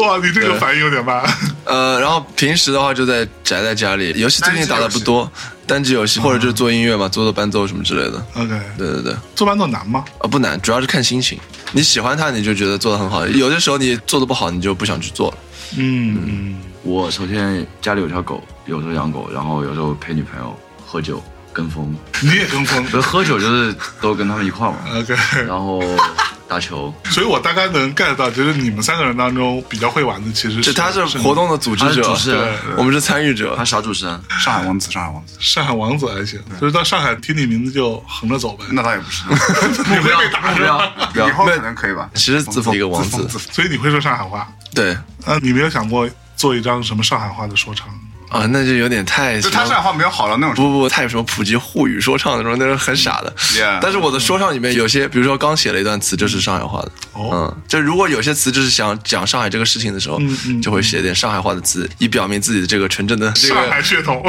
A: 哇，你这个反应有点慢。
C: 呃，然后平时的话就在宅在家里，游戏最近打的不多，单机游戏或者就是做音乐嘛，做做伴奏什么之类的。
A: OK，
C: 对对对，啊
A: 做伴奏难吗？
C: 不难，主要是看心情。你喜欢它，你就觉得做的很好；有些时候你做的不好，你就不想去做了。
A: 嗯嗯，
D: 我首先家里有条狗，有时候养狗，然后有时候陪女朋友喝酒跟风，
A: 你也跟风。
D: 所以喝酒就是都跟他们一块儿嘛，
A: OK，
D: 然后打球。
A: 所以我大概能 get 到，就是你们三个人当中比较会玩的，其实
C: 就是他是
A: 是
C: 活动的组织
D: 他是
C: 者
D: 主持人，
C: 我们是参与者
D: 他。啥主持人？
B: 上海王子，上海王子，
A: 上海王子还行，就是到上海听你名字就横着走呗。
B: 那倒也不是，
A: 你
D: 不
A: 会
D: 要
A: 被打
D: 不
A: 是吧？
D: 要不
B: 以
D: 要！
B: 后可能可以吧。
C: 其实自封一个王
B: 自封
C: 子，
B: 自 封
A: 所以你会说上海话？
C: 对
A: 啊，你没有想过做一张什么上海话的说唱？
C: 啊，那就有点太
B: 就他上海话没有好到那种程度。
C: 不不，太有什么普及沪语说唱那种，那是很傻的。
B: Yeah
C: 但是我的说唱里面有些，比如说刚写了一段词，就是上海话的。
A: 哦
C: 嗯，就如果有些词就是想讲上海这个事情的时候，
A: 嗯嗯
C: 就会写点上海话的词，以表明自己的这个纯正的这
A: 上海
C: 个。
A: 血统，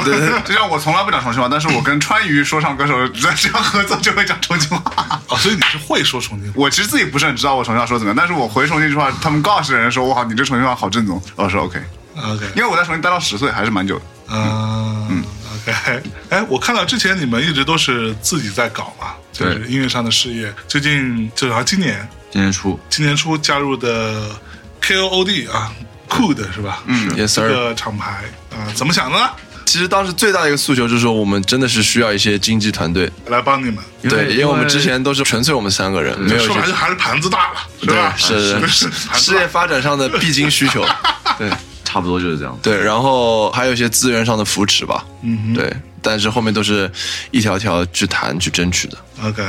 B: 就像我从来不讲重庆话，但是我跟川渝说唱歌手只要合作就会讲重庆话。
A: 哦，所以你是会说重庆话。
B: 我其实自己不是很知道我重庆话说怎么样，但是我回重庆这句话，他们告诉人说：“我靠，你这重庆话好正宗。”我说 OK，
A: OK，
B: 因为我在重庆待到十岁，还是蛮久的。
A: 啊、o k 哎，我看到之前你们一直都是自己在搞嘛，就是
D: 对
A: 音乐上的事业。最近就是啊，今年
D: 今天出
A: 今年初加入的 KOD 啊，Cood 是吧？嗯，
C: Yes
A: 这
C: sir。
A: 个厂牌啊、怎么想的呢？
C: 其实当时最大的一个诉求就是说，我们真的是需要一些经纪团队，
A: 来帮你们，
C: 对，因为我们之前都是纯粹我们三个人，没有一
A: 说白
C: 些
A: 了就还是盘子大了，是
C: 对
A: 吧？
C: 是
A: 是
C: 是
A: 盘
C: 事
A: 子
C: 业
A: 大。
C: 发展上的必经需求，对
D: 差不多就是这样。
C: 对，然后还有一些资源上的扶持吧，
A: 嗯
C: 对，但是后面都是一条条去谈去争取的。
A: 哼，OK，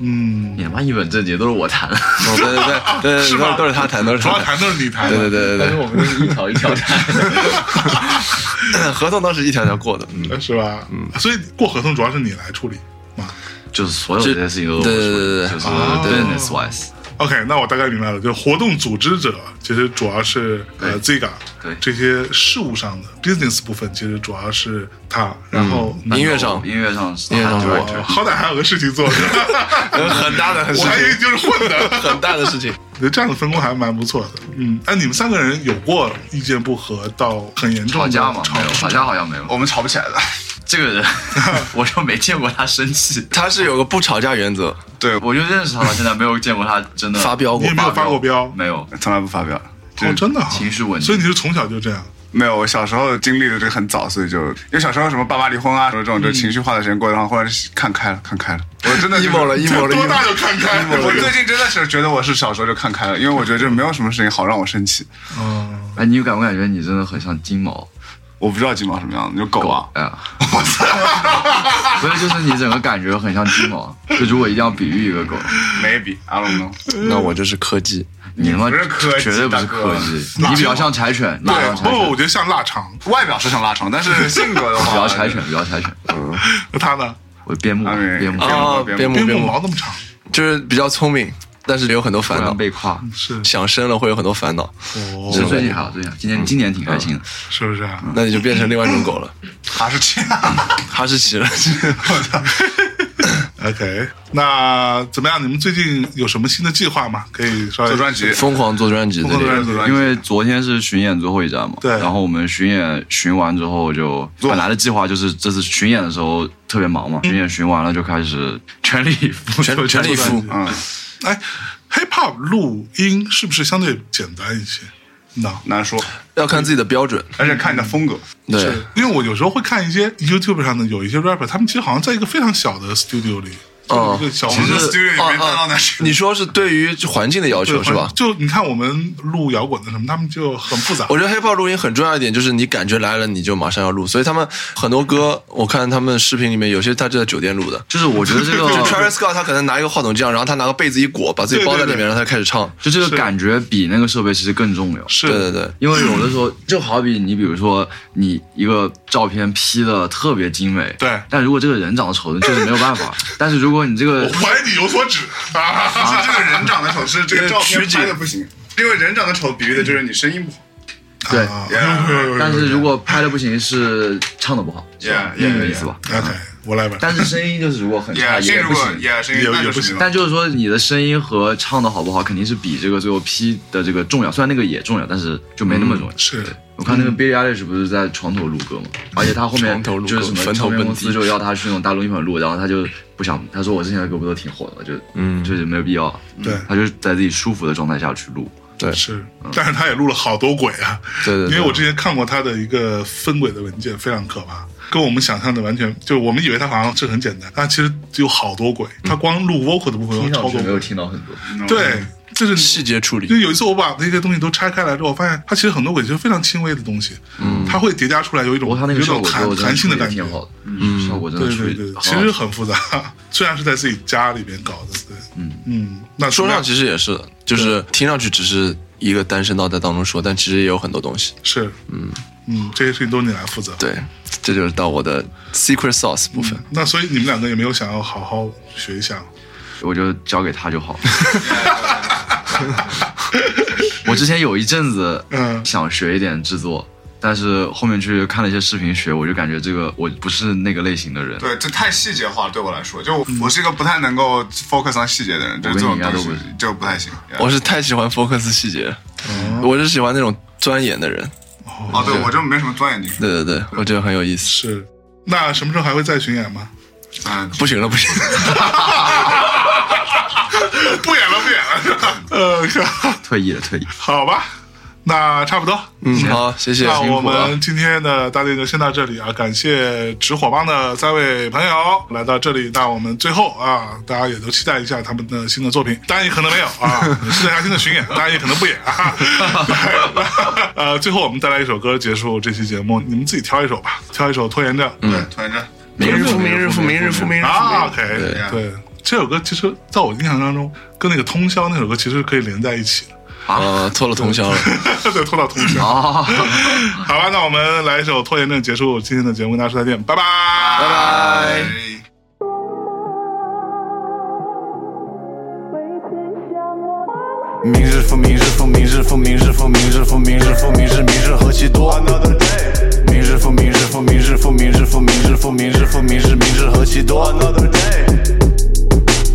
A: 嗯，
D: 你他妈一本正经都是我谈，
C: 哦，对对对对，
A: 是
C: 对，
A: 吧
C: 都都是他谈，都是
A: 主要
C: 他谈。
A: 谈都是你谈的，
C: 对对对
A: 但是
C: 对
A: 我们
D: 一条一条谈。
C: 对，合同当时一条条过的，嗯，
A: 是吧？嗯，所以过合同主要是你来处理嘛。
D: 就是所有这些事情都是
C: 对对对对对
D: 就是
A: 哦
D: business wise，
A: OK，那我大概明白了，就是活动组织者其实主要是呃 Ziga
D: 对
A: 这些事务上的 business 部分，其实主要是他，然后你、
C: 嗯音乐上
D: 音乐上是
C: 音乐上
D: director
A: 我好歹还有个事情 做，
C: 很大的很
A: 我还以为就是混 的。
C: 很大的事情。
A: 我觉得这样的分工还蛮不错的。嗯，哎，你们三个人有过意见不合到很严重
D: 吵
A: 的
D: 架嘛，没有吵架好像没有。
B: 我们吵不起来的。
D: 这个人， 我就没见过他生气，
C: 他是有个不吵架原则，
B: 对，我
D: 我就认识他到现在没有见过他真的
C: 发，飙
A: 你
C: 过
A: 也。没有发过飙？哦，
D: 没有，
B: 从来不发表。就是
A: 真的啊、
D: 情绪稳定
A: 所以你是从小就这样。
B: 没有，我小时候经历的这个很早，所以就因为小时候什么爸妈离婚啊，什么这种就情绪化的时间过，然后后来看开了，看 开了，我真的就是
C: emo 了，emo 了
A: 多大
C: ，emo
A: 就看开？
B: 我最近真的是觉得我是小时候就看开了，因为我觉得这没有什么事情好让我生气。
A: 嗯，
D: 哎，你有感不感觉你真的很像金毛？
B: 我不知道金毛什么样子，就狗啊，
D: 哎呀，不是，就是你整个感觉很像金毛。啊 就如果一定要比喻一个狗，
B: ，maybe I don't know。
C: 那我就是柯基，
D: 你他妈
B: 不是柯基
D: 绝对不是柯基，你比较像柴犬，你比较
A: 对
D: 像，柴
A: 不，
D: 犬，
A: 我觉得像腊肠。
B: 外表是像腊肠，但是性格的
D: 比
B: 话，
D: 较柴犬，比较柴犬。
A: 那他呢？
D: 我边牧，
B: 哎
D: 边牧，
B: 边牧
C: 哦
B: 边牧
C: 边牧
A: 边
C: 边
A: 牧
C: 牧
A: 毛那么长，
C: 就是比较聪明，但是也有很多
D: 突
C: 烦
D: 然
C: 恼，
D: 被跨。
A: 是
C: 想深了会有很多烦恼，
A: 哦
D: 其，实最近还好，最近还好今年今年挺开心的。
A: 是不是啊？
C: 那你就变成另外一种狗了，
B: 哈士奇，
C: 哈士奇了。
A: OK，那怎么样？你们最近有什么新的计划吗？可以稍微
B: 做专辑，
C: 疯狂做专辑的
A: 疯狂做专
C: 那个，
A: 辑
D: 因为昨天是巡演最后一站嘛，
A: 嗯对
D: 然后我们巡演巡完之后就，
B: 做
D: 本来的计划就是这次巡演的时候特别忙嘛，巡演巡完了就开始全力以赴，
C: 全全力以赴。
B: 嗯，
A: 哎，hip hop 录音是不是相对简单一些？no。
B: 难说，
D: 嗯
C: 要看自己的标准。
B: 而且看你的风格，
C: 对啊
A: 是，因为我有时候会看一些 YouTube 上的有一些 rapper，他们其实好像在一个非常小的 studio 里，
C: 哦
A: 就是一个小
C: 其
A: 红
C: 实
A: 的
B: 这 studio 里面
C: 哦哦
B: 看到那是
C: 你说是对于环境的要求是吧？
A: 就你看我们录摇滚的什么，他们就很复杂。
C: 我觉得黑豹录音很重要一点就是你感觉来了你就马上要录，所以他们很多歌，我看他们视频里面有些他就在酒店录的。
D: 就是我觉得 这
C: 就
D: 个
C: Travis Scott 他可能拿一个话筒这样，然后他拿个被子一裹，把自己包在里面，
A: 对对对
C: 然后他开始唱。
D: 就这个感觉比那个设备其实更重要。
A: 是
C: 对对对，
D: 因为有的时候，就好比你，比如说你一个照片 P 的特别精美，
A: 对
D: 但如果这个人长得丑，就是没有办法。但是如果你这个
A: 我怀疑你有所指 啊！
B: 是这个人长得丑，是这个照片拍的不行，因为人长得丑比喻的就是你声音不好
A: 啊
D: 对，
A: Yeah，
D: 但是如果拍的不行是唱的不好，是吧
B: Yeah，
D: 这个
B: yeah，
D: 意思吧？
A: OK，我来吧。
D: 但是声音就是如果很差
A: 啊
B: ，yeah，
D: 也
B: 声
D: 不
B: 如果
D: 行。
B: yeah 声音
A: 也
B: 那
A: 也
B: 就
A: 不
B: 是
A: 行
B: 没办法
D: 但就是说，你的声音和唱的好不好，肯定是比这个最后 P 的这个重要。虽然那个也重要，但是就没那么重要。
A: 是
D: 对我看那个 Billie Eilish 不是在床头录歌嘛，而且他后面
C: 嗯床头录歌
D: 就是什么
C: 坟头
D: 唱片
C: 蹦
D: 公司
C: 迪
D: 就要他去那种大录音棚录，然后他就不想，他说我之前的歌不都挺火的，就嗯，就是没有必要。嗯
A: 对
D: 他就是在自己舒服的状态下去录。
C: 对
A: 是，
D: 嗯
A: 但是他也录了好多轨啊。
C: 对对对
A: 因为我之前看过他的一个分轨的文件，非常可怕，跟我们想象的完全，就我们以为他好像是很简单，但其实有好多轨。他光录 vocal 的部分有
D: 听
A: 超
D: 上去
A: 多
D: 没有
A: 轨，
D: 听到很多，
A: 对，这是
C: 细节处理
A: 就。有一次我把那些东西都拆开来之后，我发现它其实很多轨就是非常轻微的东西，嗯，它会叠加出来有一
D: 不
A: 种
D: 过他
A: 有
D: 那个
A: 一
D: 效
A: 种
D: 果最后
A: 弹
D: 真的
A: 弹性
D: 处
A: 的
D: 理得
A: 感觉
D: 挺，好的，嗯，效果真的
A: 对
D: 处
A: 对
D: 理
A: 对
D: 得，
A: 其
D: 很好
A: 实很复杂，虽然是在自己家里边搞的，对，嗯嗯，那
C: 说
A: 怎么
C: 唱
A: 样
C: 其实也是，就是听上去只是一个单声道在当中说，但其实也有很多东西。
A: 是，嗯嗯，这些事情都是你来负责，
C: 对，这就是到我的 secret sauce 部分。
A: 那所以你们两个也没有想要好好学一下，
D: 我就交给他就好了。 我之前有一阵子
A: 嗯
D: 想学一点制作，但是后面去看了一些视频学，我就感觉这个我不是那个类型的人。
B: 对，这太细节化了，对我来说，就我我是一个不太能够 focus on 细节的人，就这种东
D: 我跟你一
B: 西
D: 样都
B: 就不太行。
C: 我是太喜欢 focus 细节了，我是喜欢那种钻研的人。
B: 哦，对，我就没什么钻研进去。
C: 对对对，我觉得很有意思。
A: 是，那什么时候还会再巡演吗？
B: 嗯，
C: 不行了，不行了。
B: 不演了，不演了。
A: 呃，
D: 退役了，退役。
A: 好吧，那差不多，
C: 嗯，好，谢谢。
A: 那
C: 辛
A: 我
C: 苦了
A: 们今天的大电就先到这里啊，感谢直火帮的三位朋友来到这里。那我们最后啊，大家也都期待一下他们的新的作品，当然也可能没有啊， 期待一下新的巡演，当然也可能不演啊。对那呃，最后我们带来一首歌结束这期节目，你们自己挑一首吧，挑一首《拖延症》
C: 嗯
B: 对，突然间，
C: 明日复明日复明日复明日复。
A: 啊，OK，
C: 对
A: 对。这首歌其实，在我印象当中，跟那个《通宵》那首歌其实可以连在一起
C: 呃，拖了通宵了。
A: 的， 对，拖到通宵。
D: 啊，
A: 好吧，那我们来一首《拖延症》结束今天的节目，跟大家说再见，拜拜，
B: 拜
A: 拜
B: 拜。
E: 明日复明日复明日复明日复明日复明日复明日明日何其多。明日复明日复明日复明日复明日复明日复明日明日何其多。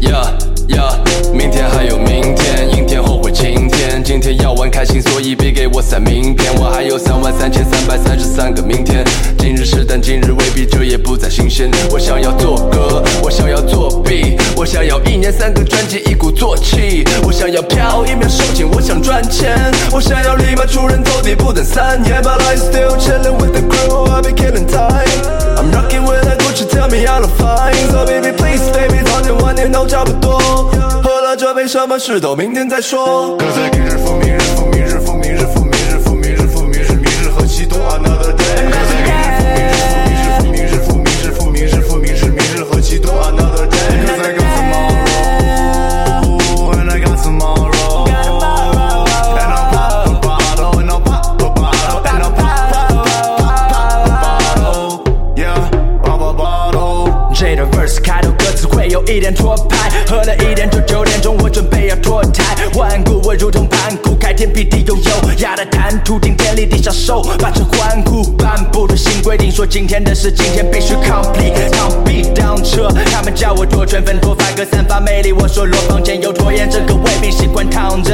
F: 呀呀，明天还有明天，阴天后悔晴天。今天要玩开心，所以别给我塞名片。我还有三万三千三百三十三个明天，今日事但今日未必，这也不再新鲜。我想要做歌，我想要作弊，我想要一年三个专辑，一鼓作气。我想要飘，一秒收紧，我想赚钱，我想要立马出人头地，不等三年。My life still chilling with the crew, I be killing time. I'm rocking with a Gucci, tell me I look fine. So baby please, baby 早点晚点都差不多。喝了这杯，什么事都明天再说。
E: 歌在明日复明日复明日复明日复明日复明日复明日明日何其多。Another day。歌在明日复明日复明日复明日复明日复明日复明日何其多。Another day。Cause I got tomorrow, and I got tomorrow, and I'll pop a bottle, and I'll pop a bottle, and I'll pop a bottle, yeah, pop a bottle.
F: J 的 verse 开头歌词会有一点拖拍，喝了一点就九点钟，我准备要脱
G: 天辟地拥有，雅的谈吐顶天立地享受，把这欢呼颁布的新规定，说今天的事今天必须 complete，螳臂当车，他们叫我多圈粉多发哥散发魅力，我说罗房前有拖延，这个胃病习惯躺着。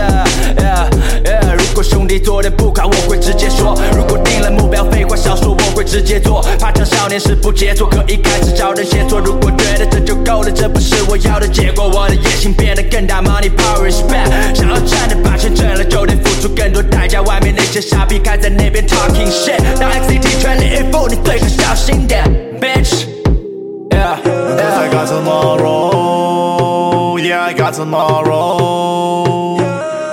G: Yeah, yeah, 如果兄弟做的不垮，我会直接说；如果定了目标，废话少说，我会直接做。怕成少年时不杰作，可以开始找人协作。如果觉得这就够了，这不是我要的结果，我的野心变得更大，money power is back。想要站着把钱挣了，就得付出更多代价。外面那些傻逼开在那边 talking shit，当 XCT 全力以赴，你最好小心点，bitch。Yeah,
E: Cause I got tomorrow, yeah I got tomorrow。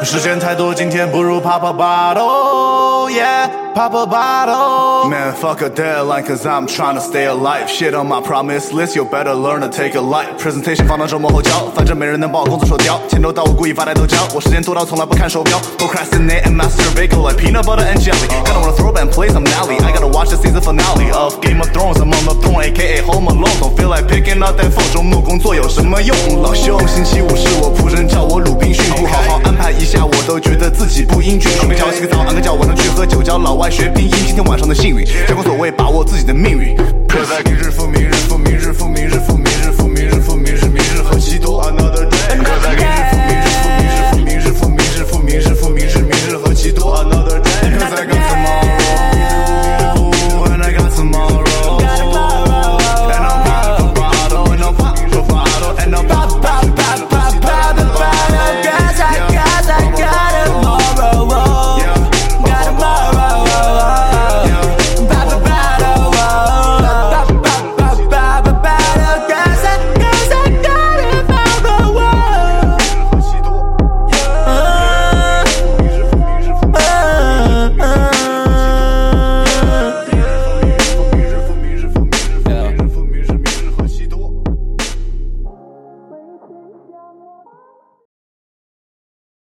E: 时间太多，今天不如 pop a bottle, yeah pop a bottle。Man, fuck a deadline, cause I'm trying to stay alive. Shit on my promise list, you better learn to take a life. Presentation 放到周末后交，反正没人能把我工作说掉。钱都到，我故意发呆都交。我时间多到从来不看手表。Procrastinate and masturbate, go like peanut butter and jelly. Kinda wanna throw back and play some nally. I gotta watch the season finale of Game of Thrones. I'm on the throne, aka Home Alone. Don't feel like picking up that phone. 周末工作有什么用？老兄，星期五是我仆人叫我鲁滨逊，不好好安排一下，我都觉得自己不英俊。准备调洗个澡，安个脚，晚上去喝酒，教老外学拼音。今天晚上的幸运，将无所谓把握自己的命运。
B: 明日复明日
G: oh, oh, Uh, uh.